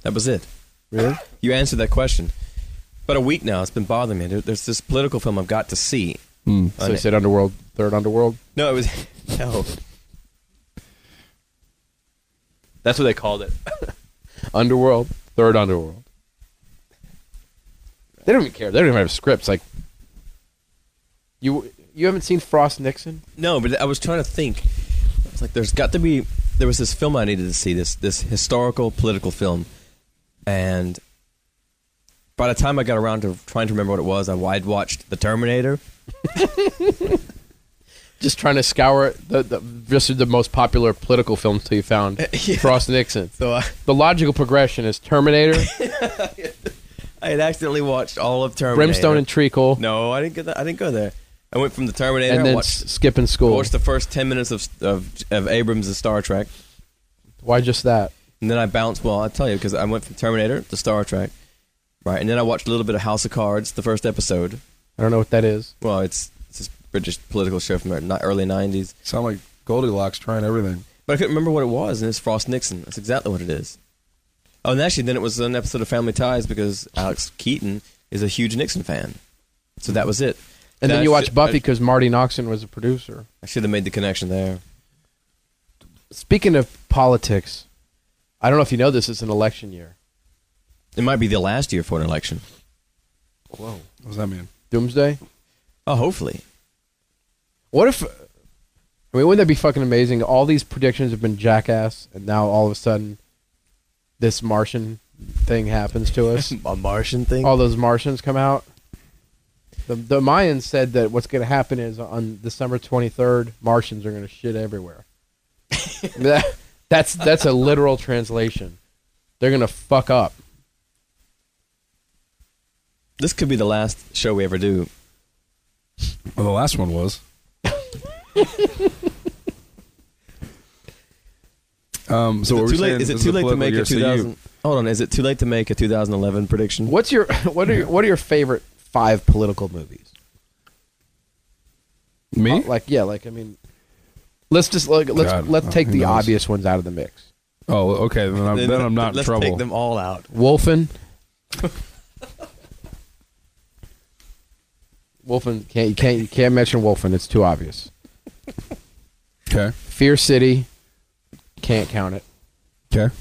That was it. Really? You answered that question. About a week now, it's been bothering me. There, there's this political film I've got to see. so On you it. said Underworld, third Underworld. No, it was *laughs* no. That's what they called it. Underworld, third Underworld. They don't even care. They don't even have scripts. Like you, you haven't seen Frost Nixon. No, but I was trying to think. I was like, there's got to be. There was this film I needed to see. This this historical political film, and by the time I got around to trying to remember what it was, I wide watched The Terminator. Just trying to scour the, the just the most popular political films till you found *laughs* Yeah. Frost Nixon. So I, *laughs* The logical progression is Terminator, I had accidentally watched all of Terminator. Brimstone and Treacle, No, I didn't get that. I didn't go there. I went from The Terminator and I then watched, s- skipping school. watched the first ten minutes of of, of Abrams' Star Trek. Why just that? And then I bounced. Well, I tell you, because I went from Terminator to Star Trek, right? And then I watched a little bit of House of Cards, the first episode. I don't know what that is. Well, it's it's this British political show from the ni- early '90s, Sound like Goldilocks trying everything. but I couldn't remember what it was, and it's Frost Nixon. That's exactly what it is. Oh, and actually, then it was an episode of Family Ties because Alex Keaton is a huge Nixon fan, so that was it. And then I you watch should- Buffy because Marty Noxon was a producer. I, I should have made the connection there. Speaking of politics, I don't know if you know this. It's an election year. It might be the last year for an election. What does that mean? Doomsday. Oh, hopefully. What if? I mean, wouldn't that be fucking amazing? All these predictions have been jackass, and now all of a sudden, this Martian thing happens to us. A Martian thing. all those Martians come out. The the Mayans said that what's going to happen is on December twenty third, Martians are going to shit everywhere. that, that's that's a literal translation. They're going to fuck up. This could be the last show we ever do. Well, the last one was. um, so what Is it we're too late? saying Is it this too a late to political make year, a so you- 2000? Hold on. Is it too late to make a 2011 prediction? What's your *laughs* what are your, what are your favorite five political movies? Uh, Me? Like yeah, like I mean, let's just like let's God, let's uh, take who the knows? obvious ones out of the mix. Oh, okay. Then I'm, then I'm not in Let's trouble. take them all out. Wolfen. *laughs* Wolfen can't you can't you can't mention Wolfen. It's too obvious. Okay. Fear City. Can't count it. Okay.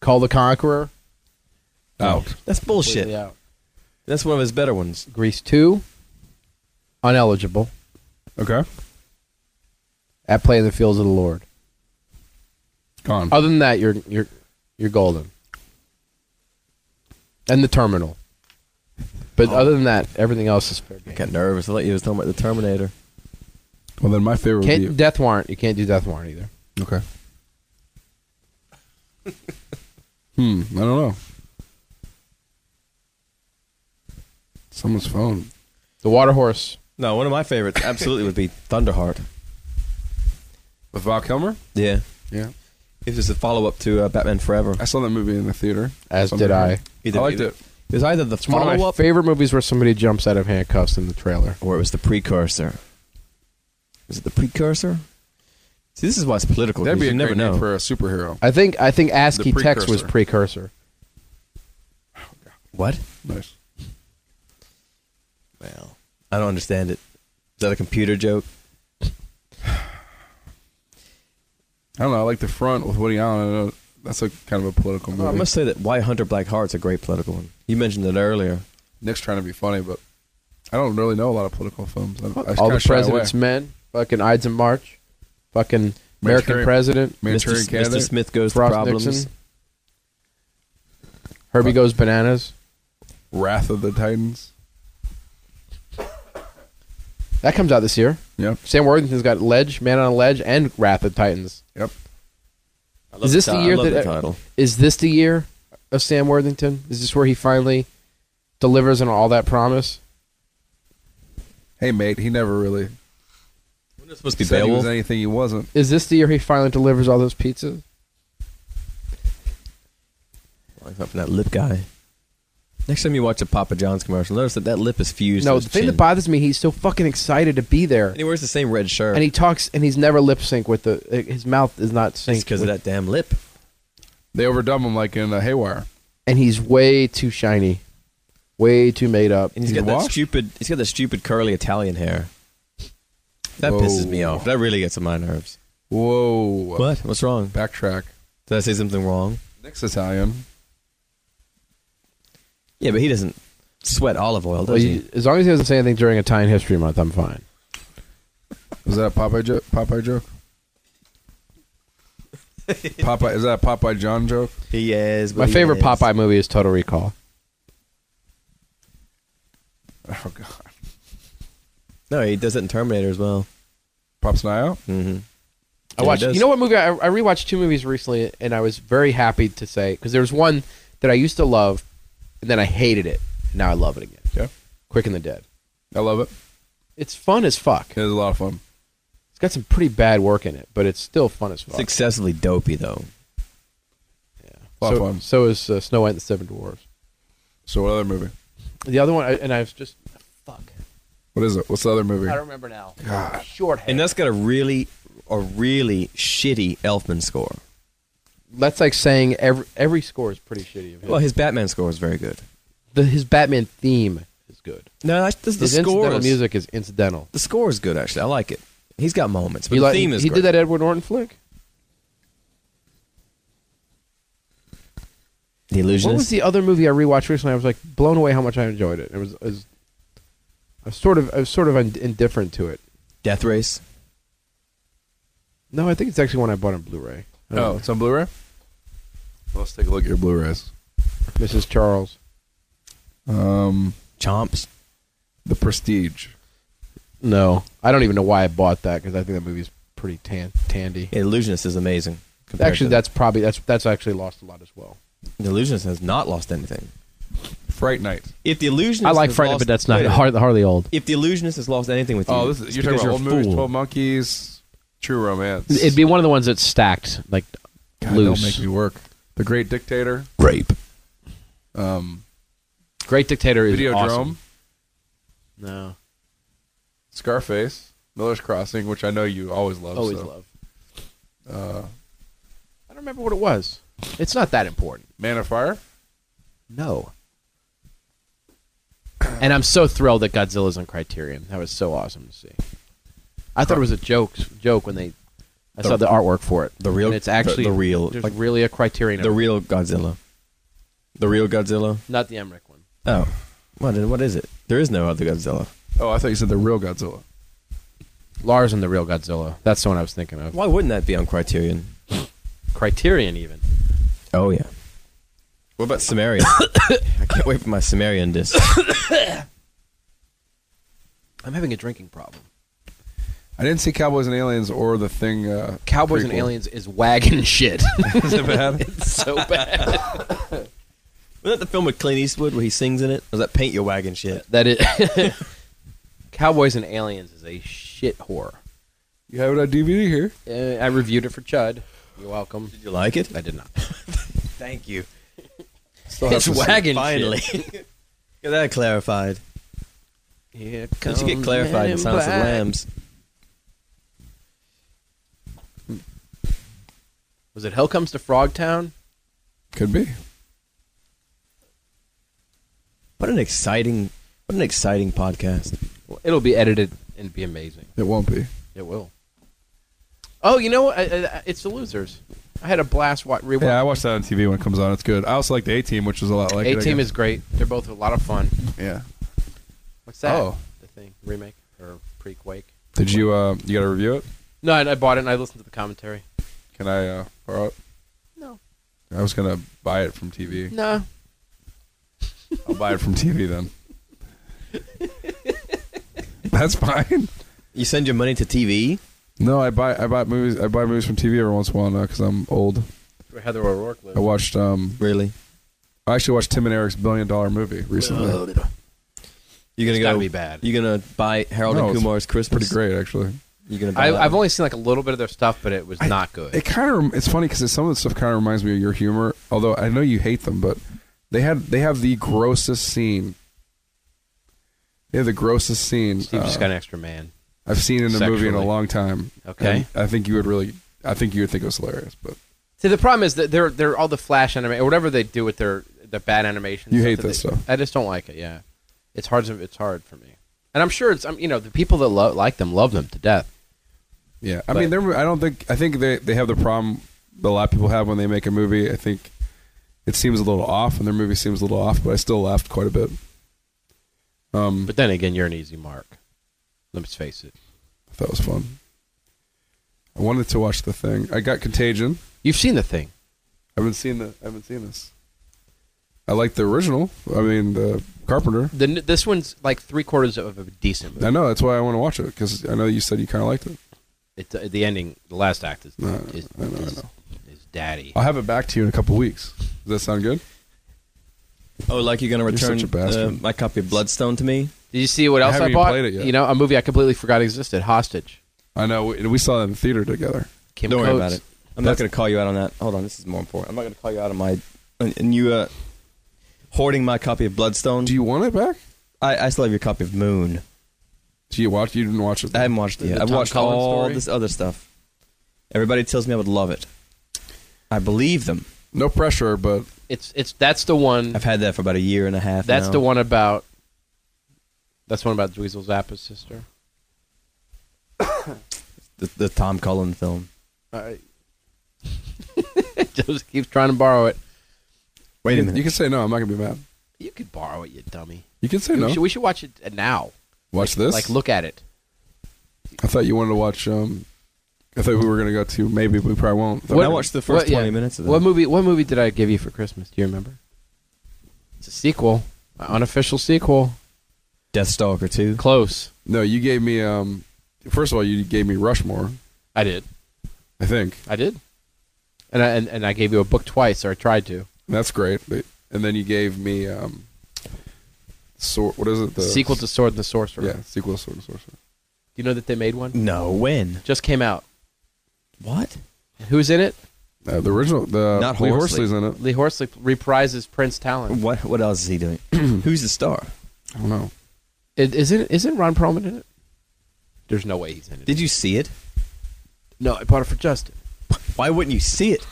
Call the Conqueror. Out. That's bullshit. completely out. That's one of his better ones. Grease two. Uneligible. Okay. At play in the fields of the Lord. Gone. Uh, Other than that, you're you're you're golden. And the terminal. But Oh. other than that, everything else is fair I game. got nervous. I thought you was talking about the Terminator. well, then my favorite Can't would be death warrant. You can't do death warrant either. Okay. hmm. I don't know. Someone's phone. The water horse. No, one of my favorites absolutely would be Thunderheart. With Val Kilmer? Yeah. Yeah. It was a follow up to uh, Batman Forever. I saw that movie in the theater. As Some did people- I. Either, I liked either- it. It was either the It's one of follow my up favorite movies where somebody jumps out of handcuffs in the trailer. or it was the precursor. Was it the precursor? See, this is why it's political. That'd 'cause be a you never great name know. for a superhero. I think I think ASCII text was precursor. precursor. what? Nice. Well, I don't understand it. Is that a computer joke? I don't know. I like the front with Woody Allen. I know that's a kind of a political Oh, Well, I movie. must say that Why Hunter Black Heart's a great political one. You mentioned it earlier. Nick's trying to be funny, but I don't really know a lot of political films. I, I All the kinda shy away. president's men, fucking Ides of March, fucking American Manchurian- president, Manchurian Mr. Mr. Candidate. Smith goes to Frost problems. Nixon, Herbie goes bananas. Wrath of the Titans. That comes out this year. Yep. Sam Worthington's got Ledge, Man on a Ledge, and Wrath of Titans. Yep. I love Is this ti- the I year love that the e- title? is this the year of Sam Worthington? Is this where he finally delivers on all that promise? Hey, mate. He never really Wasn't it supposed to be said he was Beowulf? anything he wasn't. Is this the year he finally delivers all those pizzas? Like up in that lip guy. Next time you watch a Papa John's commercial, notice that that lip is fused. to No, his the thing that chin. bothers me, he's so fucking excited to be there, And he wears the same red shirt. and he talks, and he's never lip sync with the. His mouth is not synced because of with- that damn lip. They overdub him like in uh, Haywire. and he's way too shiny, way too made up. And he's He's got that washed? stupid. He's got that stupid curly Italian hair. That Whoa. pisses me off. That really gets on my nerves. Whoa. What? What's wrong? Backtrack. Did I say something wrong? Nick's Italian. Yeah, but he doesn't sweat olive oil, does Well, he? you- as long as he doesn't say anything during Italian History Month, I'm fine. Is that a Popeye, jo- Popeye *laughs* joke? Popeye, is that a Popeye John joke? He is. but My he favorite is. Popeye movie is Total Recall. Oh God, No, he does it in Terminator as well. Pops an eye out. Mm-hmm. I watched. You know what movie? I, I rewatched two movies recently, and I was very happy to say because there was one that I used to love, and then I hated it. Now I love it again. Yeah, Quick and the Dead. I love it. It's fun as fuck. It was a lot of fun. It's got some pretty bad work in it, but it's still fun as It's fuck. excessively dopey though. A lot so, of fun. so is uh, Snow White and the Seven Dwarfs. So what other movie? The other one, I, and I was just fuck. What is it? What's the other movie? I don't remember now. Short hair. And that's got a really, a really shitty Elfman score. That's like saying every every score is pretty shitty. Of his. Well, his Batman score is very good. the, his Batman theme is good. No, that's, that's the his score. incidental Is, music is incidental. The score is good actually. I like it. He's got moments, but he the like- theme he, is he great. did that Edward Norton flick. The illusionist. What was the other movie I rewatched recently? I was like blown away how much I enjoyed it. It was, it was I was sort of I was sort of ind- indifferent to it. Death Race. No, I think it's actually one I bought on Blu-ray. I don't Oh, it's on Blu-ray. Well, let's take a look at your Blu-rays. know. Mrs. Charles. Um, Chomps. The Prestige. No, I don't even know why I bought that because I think that movie's pretty tan- tandy. Yeah, illusionist is amazing. compared actually, to- that's probably that's that's actually lost a lot as well. the illusionist has not lost anything. Fright Night. If the illusionist, I like has Friday, lost- but that's Wait not a minute. hardly, hardly old. If the illusionist has lost anything with you, Oh, this is, you're because talking about a old movies, fool. Twelve Monkeys, True Romance. It'd be one of the ones that's stacked, like God, Don't make loose. me work. The Great Dictator. Rape. Um, Great Dictator is Videodrome. awesome. No, Scarface. Miller's Crossing, which I know you always love. Always so. love. Uh, I don't remember what it was. It's not that important. Man of Fire. No. *clears throat* and I'm so thrilled that Godzilla's on Criterion. That was so awesome to see. I thought it was a joke joke when they I saw the artwork for it. The real- and it's actually the- the real- there's like- really a Criterion. The of it. real Godzilla. The real Godzilla. not the Emmerich one. Oh, well then, what is it? There is no other Godzilla. Oh, I thought you said the real Godzilla. Lars and the real Godzilla. That's the one I was thinking of. Why wouldn't that be on Criterion? Criterion even. Oh yeah. What about *coughs* Sumerian? I can't wait for my Sumerian *laughs* disc. I'm having a drinking problem. I didn't see Cowboys and Aliens or the thing. Uh, Cowboys prequel. and Aliens is wagon shit. *laughs* Is it *laughs* bad? *laughs* so bad. Wasn't that the film with Clint Eastwood where he sings in it? Or was that Paint Your Wagon shit? That it *laughs* Cowboys and Aliens is a shit horror. You have it on DVD here. Uh, I reviewed it for Chud. You're welcome. Did you like it? I did not. Thank *laughs* you. Still have It's to see it. wagon Finally. shit. Get that clarified. Here Did you get clarified in Silence of the Lambs? Was it Hell Comes to Frogtown? Could be. What an exciting, what an exciting podcast. Well, it'll be edited and be amazing. It won't be. It will. Oh, you know, what? I, I, I- it's the losers. I had a blast wa- rewatching. Yeah, I watch that on TV when it comes on. It's good. I also like the A Team, which is a lot like A it, I Team guess. is great. They're both a lot of fun. yeah. What's that? Oh. the thing remake or pre-quake? Did you uh you got to review it? No, and I bought it and I listened to the commentary. Can I uh borrow it? No. I was gonna buy it from TV. No, I'll buy it from *laughs* TV then. That's fine. You send your money to TV. No, I buy I buy movies I buy movies from TV every once in a while now because I'm old. where Heather O'Rourke I lives. watched um Really? I actually watched Tim and Eric's billion dollar movie recently. You're gonna It's go gotta be bad. You're gonna buy Harold No, and it's Kumar's Christmas. Pretty great actually. You're gonna buy. I, that I've one. only seen like a little bit of their stuff, but it was I- not good. It kind of it's funny because some of the stuff kind of reminds me of your humor. Although I know you hate them, but they had they have the grossest scene. They have the grossest scene Steve uh, just got an extra man. I've seen in a movie in a sexually. long time. Okay. And I think you would really. I think you would think it was hilarious, but See, the problem is that they're they're all the flash anime or whatever they do with their the bad animation. You stuff hate that that they- stuff. I just don't like it. Yeah, it's hard. to- It's hard for me. And I'm sure it's um, you know the people that lo- like them love them to death. yeah. I But- mean, they're. I don't think. I think they they have the problem that a lot of people have when they make a movie. I think it seems a little off, and their movie seems a little off. But I still laughed quite a bit. Um, But then again, you're an easy mark. Let's face it. that was fun. I wanted to watch the thing. I got Contagion. You've seen the thing. I haven't seen the. I haven't seen this. I like the original. I mean, the Carpenter. The, n- this one's like three quarters of a decent movie. I know that's why I want to watch it because I know you said you kind of liked it. It's, uh, the ending, the last act is No, is, I know, I is, know. is daddy. I'll have it back to you in a couple weeks. Does that sound good? Oh, like you're gonna return such a bastard. uh, my copy of Bloodstone to me? Did you see what I else I, haven't even bought? played it yet. You know, a movie I completely forgot existed. Hostage. I know. We, we saw that in the theater together. Kim Don't worry Coates. about it. I'm not gonna call you out on that. Hold on, this is more important. I'm not gonna call you out on my and- and you uh, hoarding my copy of Bloodstone. Do you want it back? I, I still have your copy of Moon. Do you watch? You didn't watch it. I haven't watched it The yet. I've Tom watched Collins all story? this other stuff. Everybody tells me I would love it. I believe them. No pressure, but It's it's that's the one. I've had that for about a year and a half. That's now. the one about. That's the one about Dweezil Zappa's sister. *laughs* The, the Tom Cullen film. Joseph keeps trying to borrow it. Wait a you, minute. you can say no. I'm not gonna be mad. You could borrow it, you dummy. You can say We, no. should, we should watch it uh, now. like, Watch this. Like, look at it. I thought you wanted to watch. Um, I thought we were gonna go to. Maybe we probably won't. When I watched the first What- yeah. 20 minutes of that. What movie? What movie did I give you for Christmas? Do you remember? It's a sequel, an unofficial sequel. Deathstalker 2. Close. no, you gave me. Um, first of all, you gave me Rushmore. I did. I think I did. And I and, and I gave you a book twice, or I tried to. that's great. But, and then you gave me. Um, sort. What is it? The sequel to Sword and the Sorcerer. Yeah, Do sequel to Sword and Sorcerer. you know that they made one? No, when? Just came out. What? And who's in it? Uh, the original. The Not Lee Horsley. Horsley's in it. Lee Horsley reprises Prince Talon. What What else is he doing? *clears throat* Who's the star? I don't know. Is, isn't isn't Ron Perlman in it? There's no way he's in it. Did you see it? No, I bought it for Justin. Why wouldn't you see it?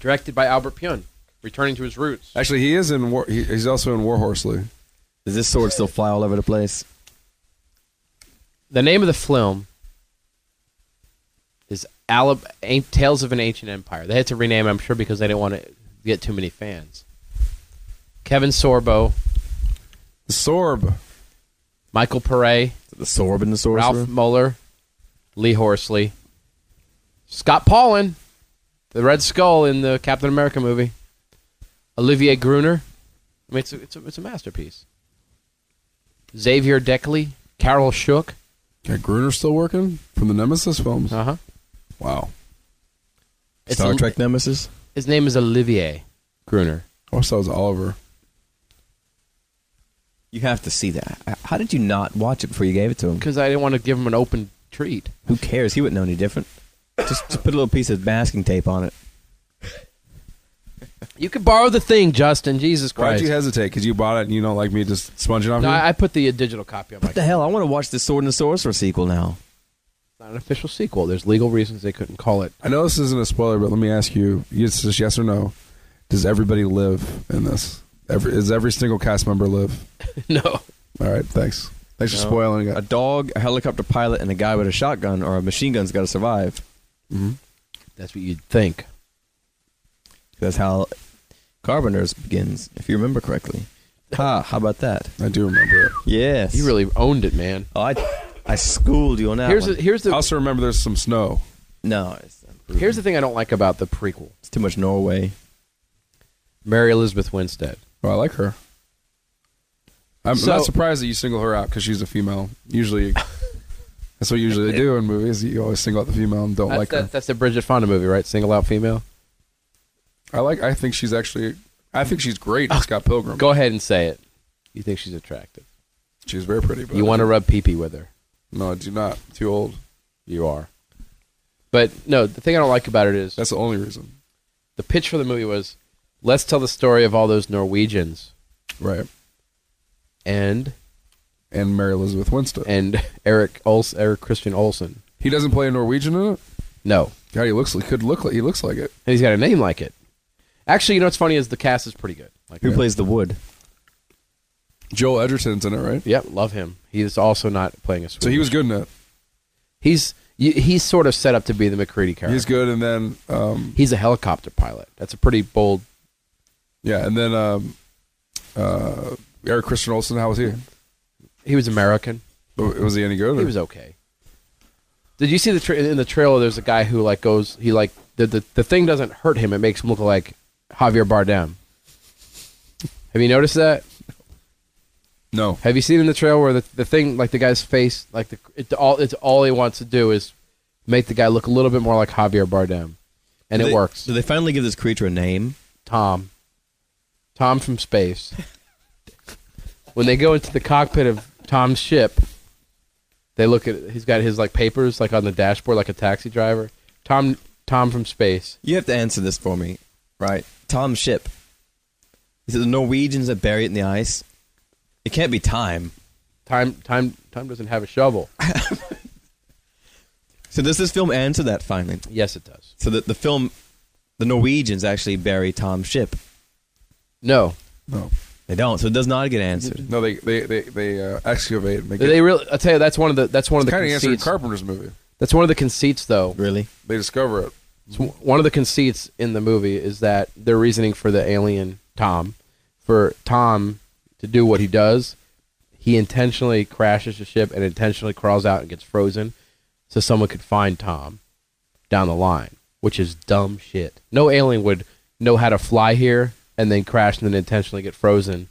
Directed by Albert Pyun, returning to his roots. Actually, he is in. War, he, he's also in War Horsley. Does this sword still fly all over the place? The name of the film is Alab- An- Tales of an Ancient Empire. They had to rename, it, I'm sure, because they didn't want to get too many fans. Kevin Sorbo, Sorb. Michael Pere, The sword and the sorcerer? Ralph Muller, Lee Horsley, Scott Paulin, the Red Skull in the Captain America movie, Olivier Gruner. I mean, it's a, it's a, it's a masterpiece. Xavier Deckley, Carol Shook. Got Gruner still working from the Nemesis films. Uh huh. Wow. Star Trek Nemesis? His name is Olivier Gruner. I wish that was Oliver. You have to see that. H- How did you not watch it before you gave it to him? Because I didn't want to give him an open treat. Who cares? He wouldn't know any different. Just, just put a little piece of masking tape on it. You could borrow the thing, Justin. Jesus Why'd Christ. you hesitate? Because you bought it and you don't like me just sponging off no, you? I I put the uh, digital copy on my. What the hell? I want to watch the Sword and the Sorcerer sequel now. It's not an official sequel. There's legal reasons they couldn't call it. I know this isn't a spoiler, but let me ask you: It's just yes or no. Does everybody live in this? Every, is every single cast member live? *laughs* no. All right, thanks. Thanks for No. spoiling A it. dog, a helicopter pilot, and a guy with a shotgun or a machine gun's got to survive. That's what you'd think. That's how Carpenters begins, if you remember correctly. Ha! How about that? I do remember it. Yes. You really owned it, man. Oh, I, I schooled you on that. Here's one. the, here's I the also remember there's some snow. no. It's, here's the thing I don't like about the prequel. it's too much Norway. Mary Elizabeth Winstead. Oh, I like her. I'm So- not surprised that you single her out because she's a female. *laughs* Usually, that's what usually they do in movies. You always single out the female and don't That's, like that- her. that's the Bridget Fonda movie, right? Single out female. I like. I think she's actually. I think she's great. in Scott Pilgrim. Oh, Go ahead and say it. You think she's attractive. She's very pretty. But You want to rub pee pee with her. No, I do not. I'm too old. You are. But no, the thing I don't like about it is That's the only reason. the pitch for the movie was let's tell the story of all those Norwegians Right. and And Mary Elizabeth Winstead. and *laughs* Eric Ols Eric Christian Olsen. He doesn't play a Norwegian in it. No. God, he looks. He could look like. He looks like it. And he's got a name like it. Actually, you know what's funny is the cast is pretty good. Like Who plays the wood? Joel Edgerton's in it, right? Yep, love him. He is also not playing a So he Swedish. was good in it. he's y- he's sort of set up to be the McCready character. He's good, and then um, He's a helicopter pilot. That's a pretty bold. yeah, and then um, uh, Eric Christian Olsen. How was he? He was American. W- Was he any good? He or- was okay. Did you see the tra- in the trailer? There's a guy who like goes. He like the, the the thing doesn't hurt him. It makes him look like Javier Bardem. Have you noticed that? no. Have you seen in the trailer where the, the thing like the guy's face like the it, all it's all he wants to do is make the guy look a little bit more like Javier Bardem, and it They- works. Do they finally give this creature a name? Tom. Tom from space. when they go into the cockpit of Tom's ship, they look at he's got his like papers like on the dashboard like a taxi driver. Tom Tom from space. You have to answer this for me, right? Tom Ship. Is it the Norwegians that bury it in the ice? It can't be time. Time time time doesn't have a shovel. So does this film answer that finally? yes it does. So that the film, the Norwegians actually bury Tom Ship. No. No. They don't. So it does not get answered. No, they they they, they uh, excavate and make it. They really I tell you that's one of the that's one of the kind of answered conceits. Carpenter's movie. that's one of the conceits though. Really? They discover it. It's w- one of the conceits in the movie is that their reasoning for the alien Tom, for Tom to do what he does, he intentionally crashes the ship and intentionally crawls out and gets frozen, so someone could find Tom down the line, which is dumb shit. No alien would know how to fly here and then crash and then intentionally get frozen,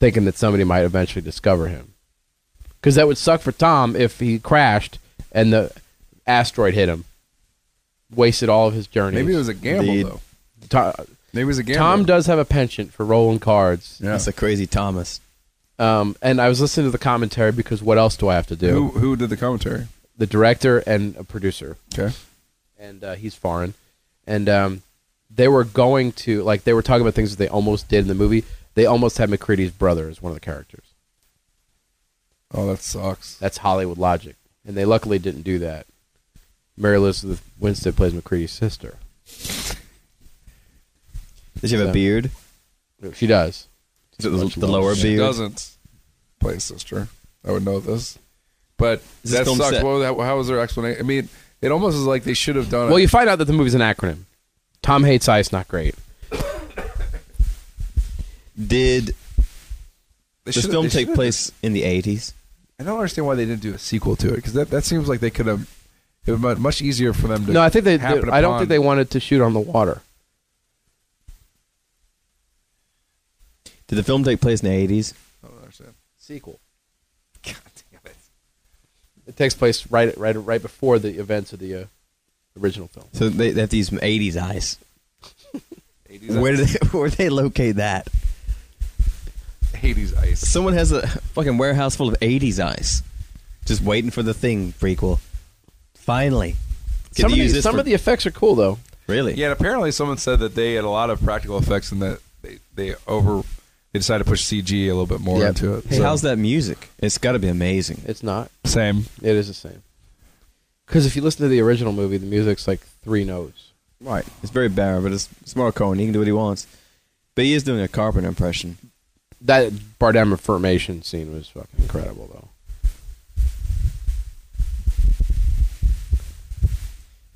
thinking that somebody might eventually discover him. Because that would suck for Tom if he crashed and the asteroid hit him. Wasted all of his journey. Maybe it was a gamble Indeed. though. Tom, Maybe it was a gamble. Tom does have a penchant for rolling cards. Yeah. That's a crazy Thomas. Um, and I was listening to the commentary because what else do I have to do? Who who did the commentary? The director and a producer, Okay. and uh, he's foreign. And um, they were going to, like, they were talking about things that they almost did in the movie. They almost had McCready's brother as one of the characters. Oh, that sucks. That's Hollywood logic. And they luckily didn't do that. Mary Elizabeth Winstead plays McCready's sister. Does she have So- a beard? She does. Is it the, the lower She beard? doesn't play a sister. I would know this, but This that film sucks. set- What was that, how was their explanation? I mean, it almost is like they should have done. Well, it. you find out that the movie's an acronym. Tom hates ice, not great. Did They this should've- film they take should've- place in the 80s? I don't understand why they didn't do a sequel to it because that, that seems like they could have. It would have been much easier for them to. No, I think they. happen I don't upon- think they wanted to shoot on the water. Did the film take place in the 80s? I don't understand. *laughs* Sequel. It takes place right, right, right before the events of the uh, original film. So they, they have to use some 80s ice. 80s, Where did they, *laughs* where did they locate that? 80s ice. Someone has a fucking warehouse full of 80s ice. Just waiting for the thing prequel. Finally. Get some to of, use the, this some for- of the effects are cool though. Really? Yeah, and apparently someone said that they had a lot of practical effects and that they, they over they decided to push CG a little bit more Yep. into it. Hey, So- how's that music? It's got to be amazing. It's not. same? It is the same. Because if you listen to the original movie, the music's like three notes. Right. It's very bare, but it's, it's Morricone. He can do what he wants. But he is doing a Carpenter impression. That Bardem affirmation scene was fucking incredible, though.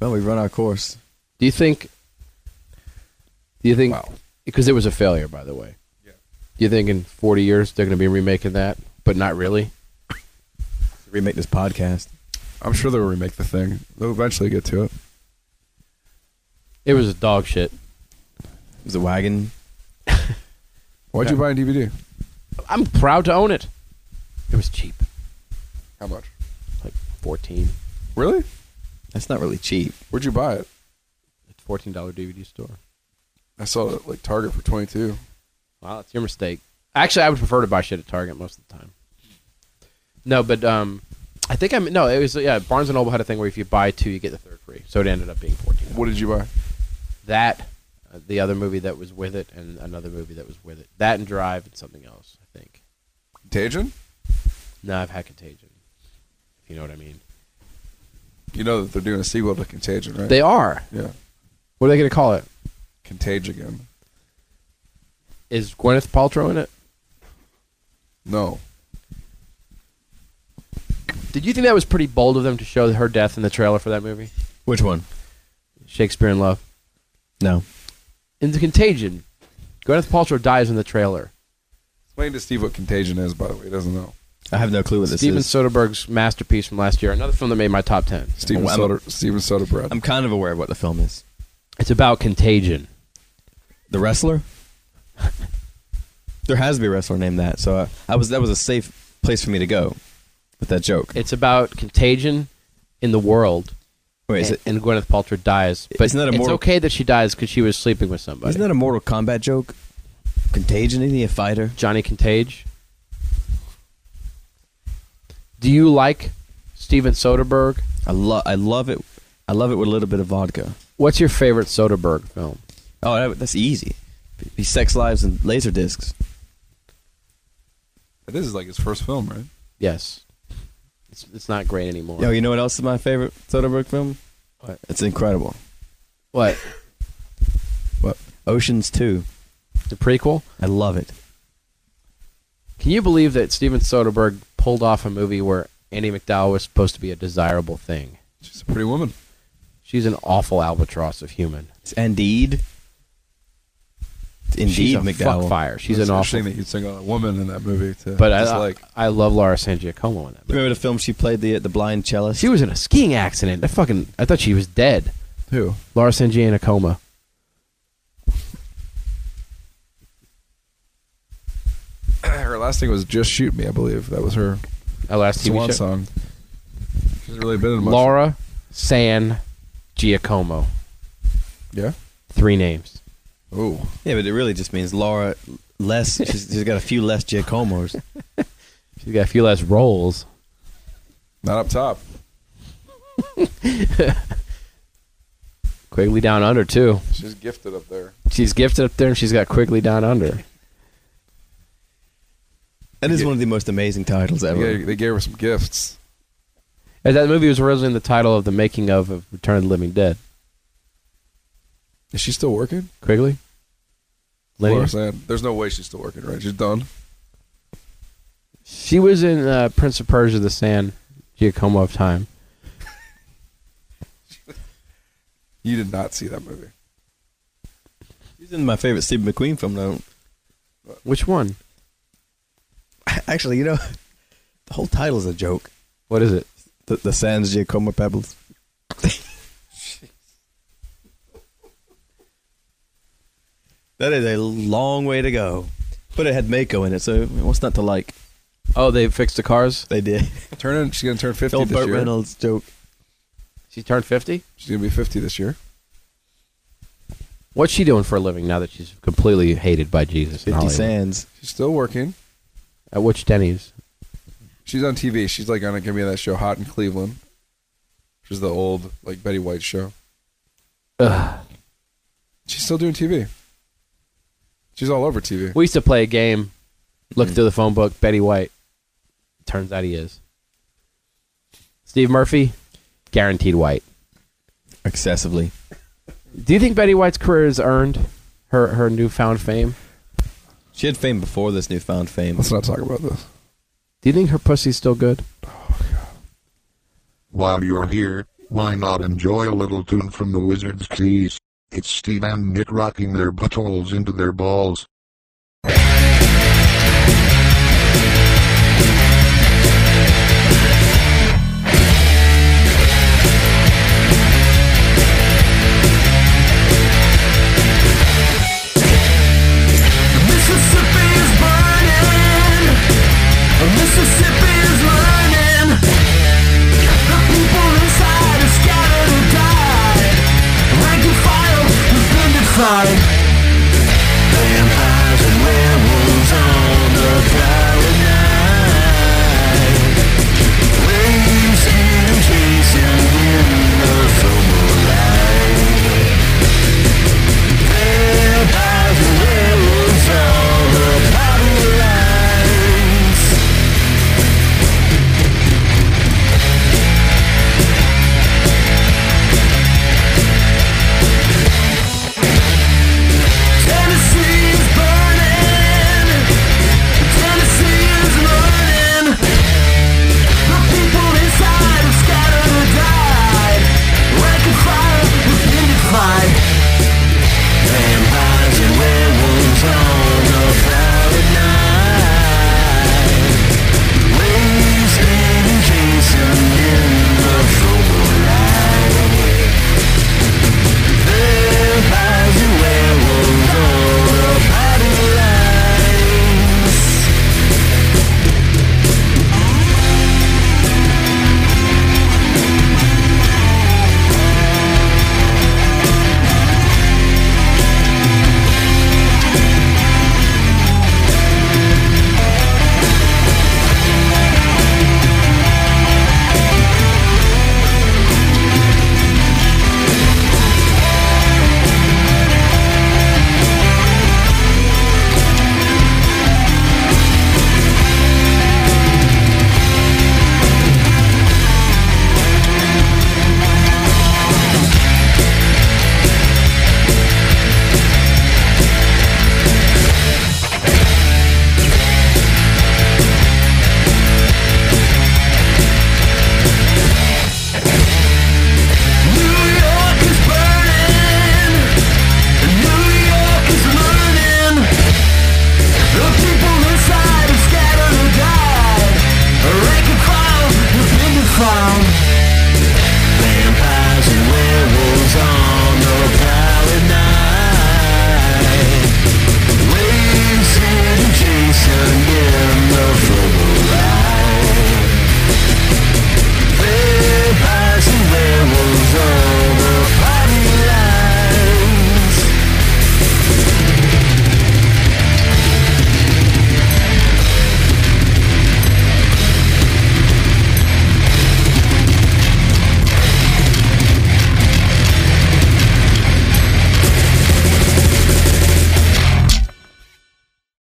Well, we've run our course. Do you think? Do you think? Because it was a failure, by the way. Yeah. Do you think in 40 years they're going to be remaking that, but not really? Remake this podcast. I'm sure they'll remake the thing. They'll eventually get to it. It was a dog shit. It was a wagon. Why'd you buy a DVD? I'm proud to own it. It was cheap, How much? like 14, Really? That's not really cheap. Where'd you buy it? 14 dollar DVD store. I saw it at like Target for 22. Wow, that's your mistake. Actually, I would prefer to buy shit at Target most of the time. No, but um, I think I'm no. It was yeah. Barnes and Noble had a thing where if you buy two, you get the third free. So it ended up being 14. What did you buy? that, uh, the other movie that was with it, and another movie that was with it. That and Drive and something else, I think. Contagion? No, I've had Contagion. If you know what I mean. You know that they're doing a sequel to Contagion, right? They are. yeah. What are they going to call it? Contage again. Is Gwyneth Paltrow in it? No. Did you think that was pretty bold of them to show her death in the trailer for that movie? Which one? Shakespeare in Love. No. In the Contagion, Gwyneth Paltrow dies in the trailer. Explain to Steve what Contagion is, by the way. He doesn't know. I have no clue what this Steven is. Soderbergh's masterpiece from last year, another film that made my top ten. Steven, I'm- Soder- Steven Soderbergh. I'm kind of aware of what the film is. It's about Contagion. The wrestler. there has to be a wrestler named that. So I, I was that was a safe place for me to go with that joke. It's about Contagion in the world, Wait, is and, it? and Gwyneth Paltrow dies. But Isn't that a it's moral- okay that she dies because she was sleeping with somebody. Isn't that a Mortal Kombat joke? Contagion? Isn't he a fighter? Johnny Contage? Do you like Steven Soderbergh? I love I love it. I love it with a little bit of vodka. What's your favorite Soderbergh film? Oh, that, that's easy. Be sex lives and laser discs. It is like his first film, right? Yes, it's, it's not great anymore. Yo, you know what else is my favorite Soderbergh film? What? It's incredible. What What? Ocean's Two. the prequel? I love it. Can you believe that Steven Soderbergh pulled off a movie where Annie McDowell was supposed to be a desirable thing? She's a pretty woman. She's an awful albatross of human. It's Indeed. It's She's Indeed, a McDowell. fuckfire. She's It's an interesting awful. that you'd sing on a woman in that movie too. But I, Just I, like I love Laura San Giacomo in that. Movie. Remember the film she played the the blind cellist? She was in a skiing accident. I fucking I thought she was dead. who? Laura San Giacomo. *clears throat* Her last thing was "Just Shoot Me," I believe. That was her Our last TV swan show. song. She's really been in much. Laura San Giacomo. Yeah. Three names. Oh, yeah, but it really just means Laura *laughs* less. She's, she's got a few less Giacomos. She's got a few less roles. not up top. Quigley down under too. She's gifted up there. She's gifted up there, and she's got Quigley down under. That is one of the most amazing titles They ever. gave, they gave her some gifts. And that movie was originally in the title of the making of, of Return of the Living Dead. Is she still working? Quigley. Linear? Laura Sand. There's no way she's still working, right? She's done. She was in uh, Prince of Persia: The Sand, Giacomo of Time. You did not see that movie. She's in my favorite Steve McQueen film though. *laughs* Which one? Actually, you know, the whole title's a joke. What is it? The, the Sans Giacomo Pebbles. *laughs* that is a long way to go. But it had Mako in it, so what's not to like? Oh, they fixed the cars. They did. *laughs* Turning, she's gonna turn 50 Old this Burt year. Oh, Reynolds joke. She turned fifty. She's gonna be 50 this year. What's she doing for a living now that she's completely hated by Jesus? in 50 Hollywood? Sands. She's still working. At which Denny's? She's on TV. She's like on a give me that show, Hot in Cleveland, which is the old like Betty White show. Ugh. She's still doing TV. She's all over TV. We used to play a game. Look through the phone book. Betty White. Turns out he is. Steve Murphy. Guaranteed white. excessively. Do you think Betty White's career is earned her her newfound fame? She had fame before this newfound fame. Let's not talk about this. Do you think her pussy's still good? While you're here, why not enjoy a little tune from the Wizard's Keys? It's Steve and Nick rocking their buttholes into their balls. Mississippi is burning. Mississippi is learning. The people inside are scattered and died. Rank and file has been defied. And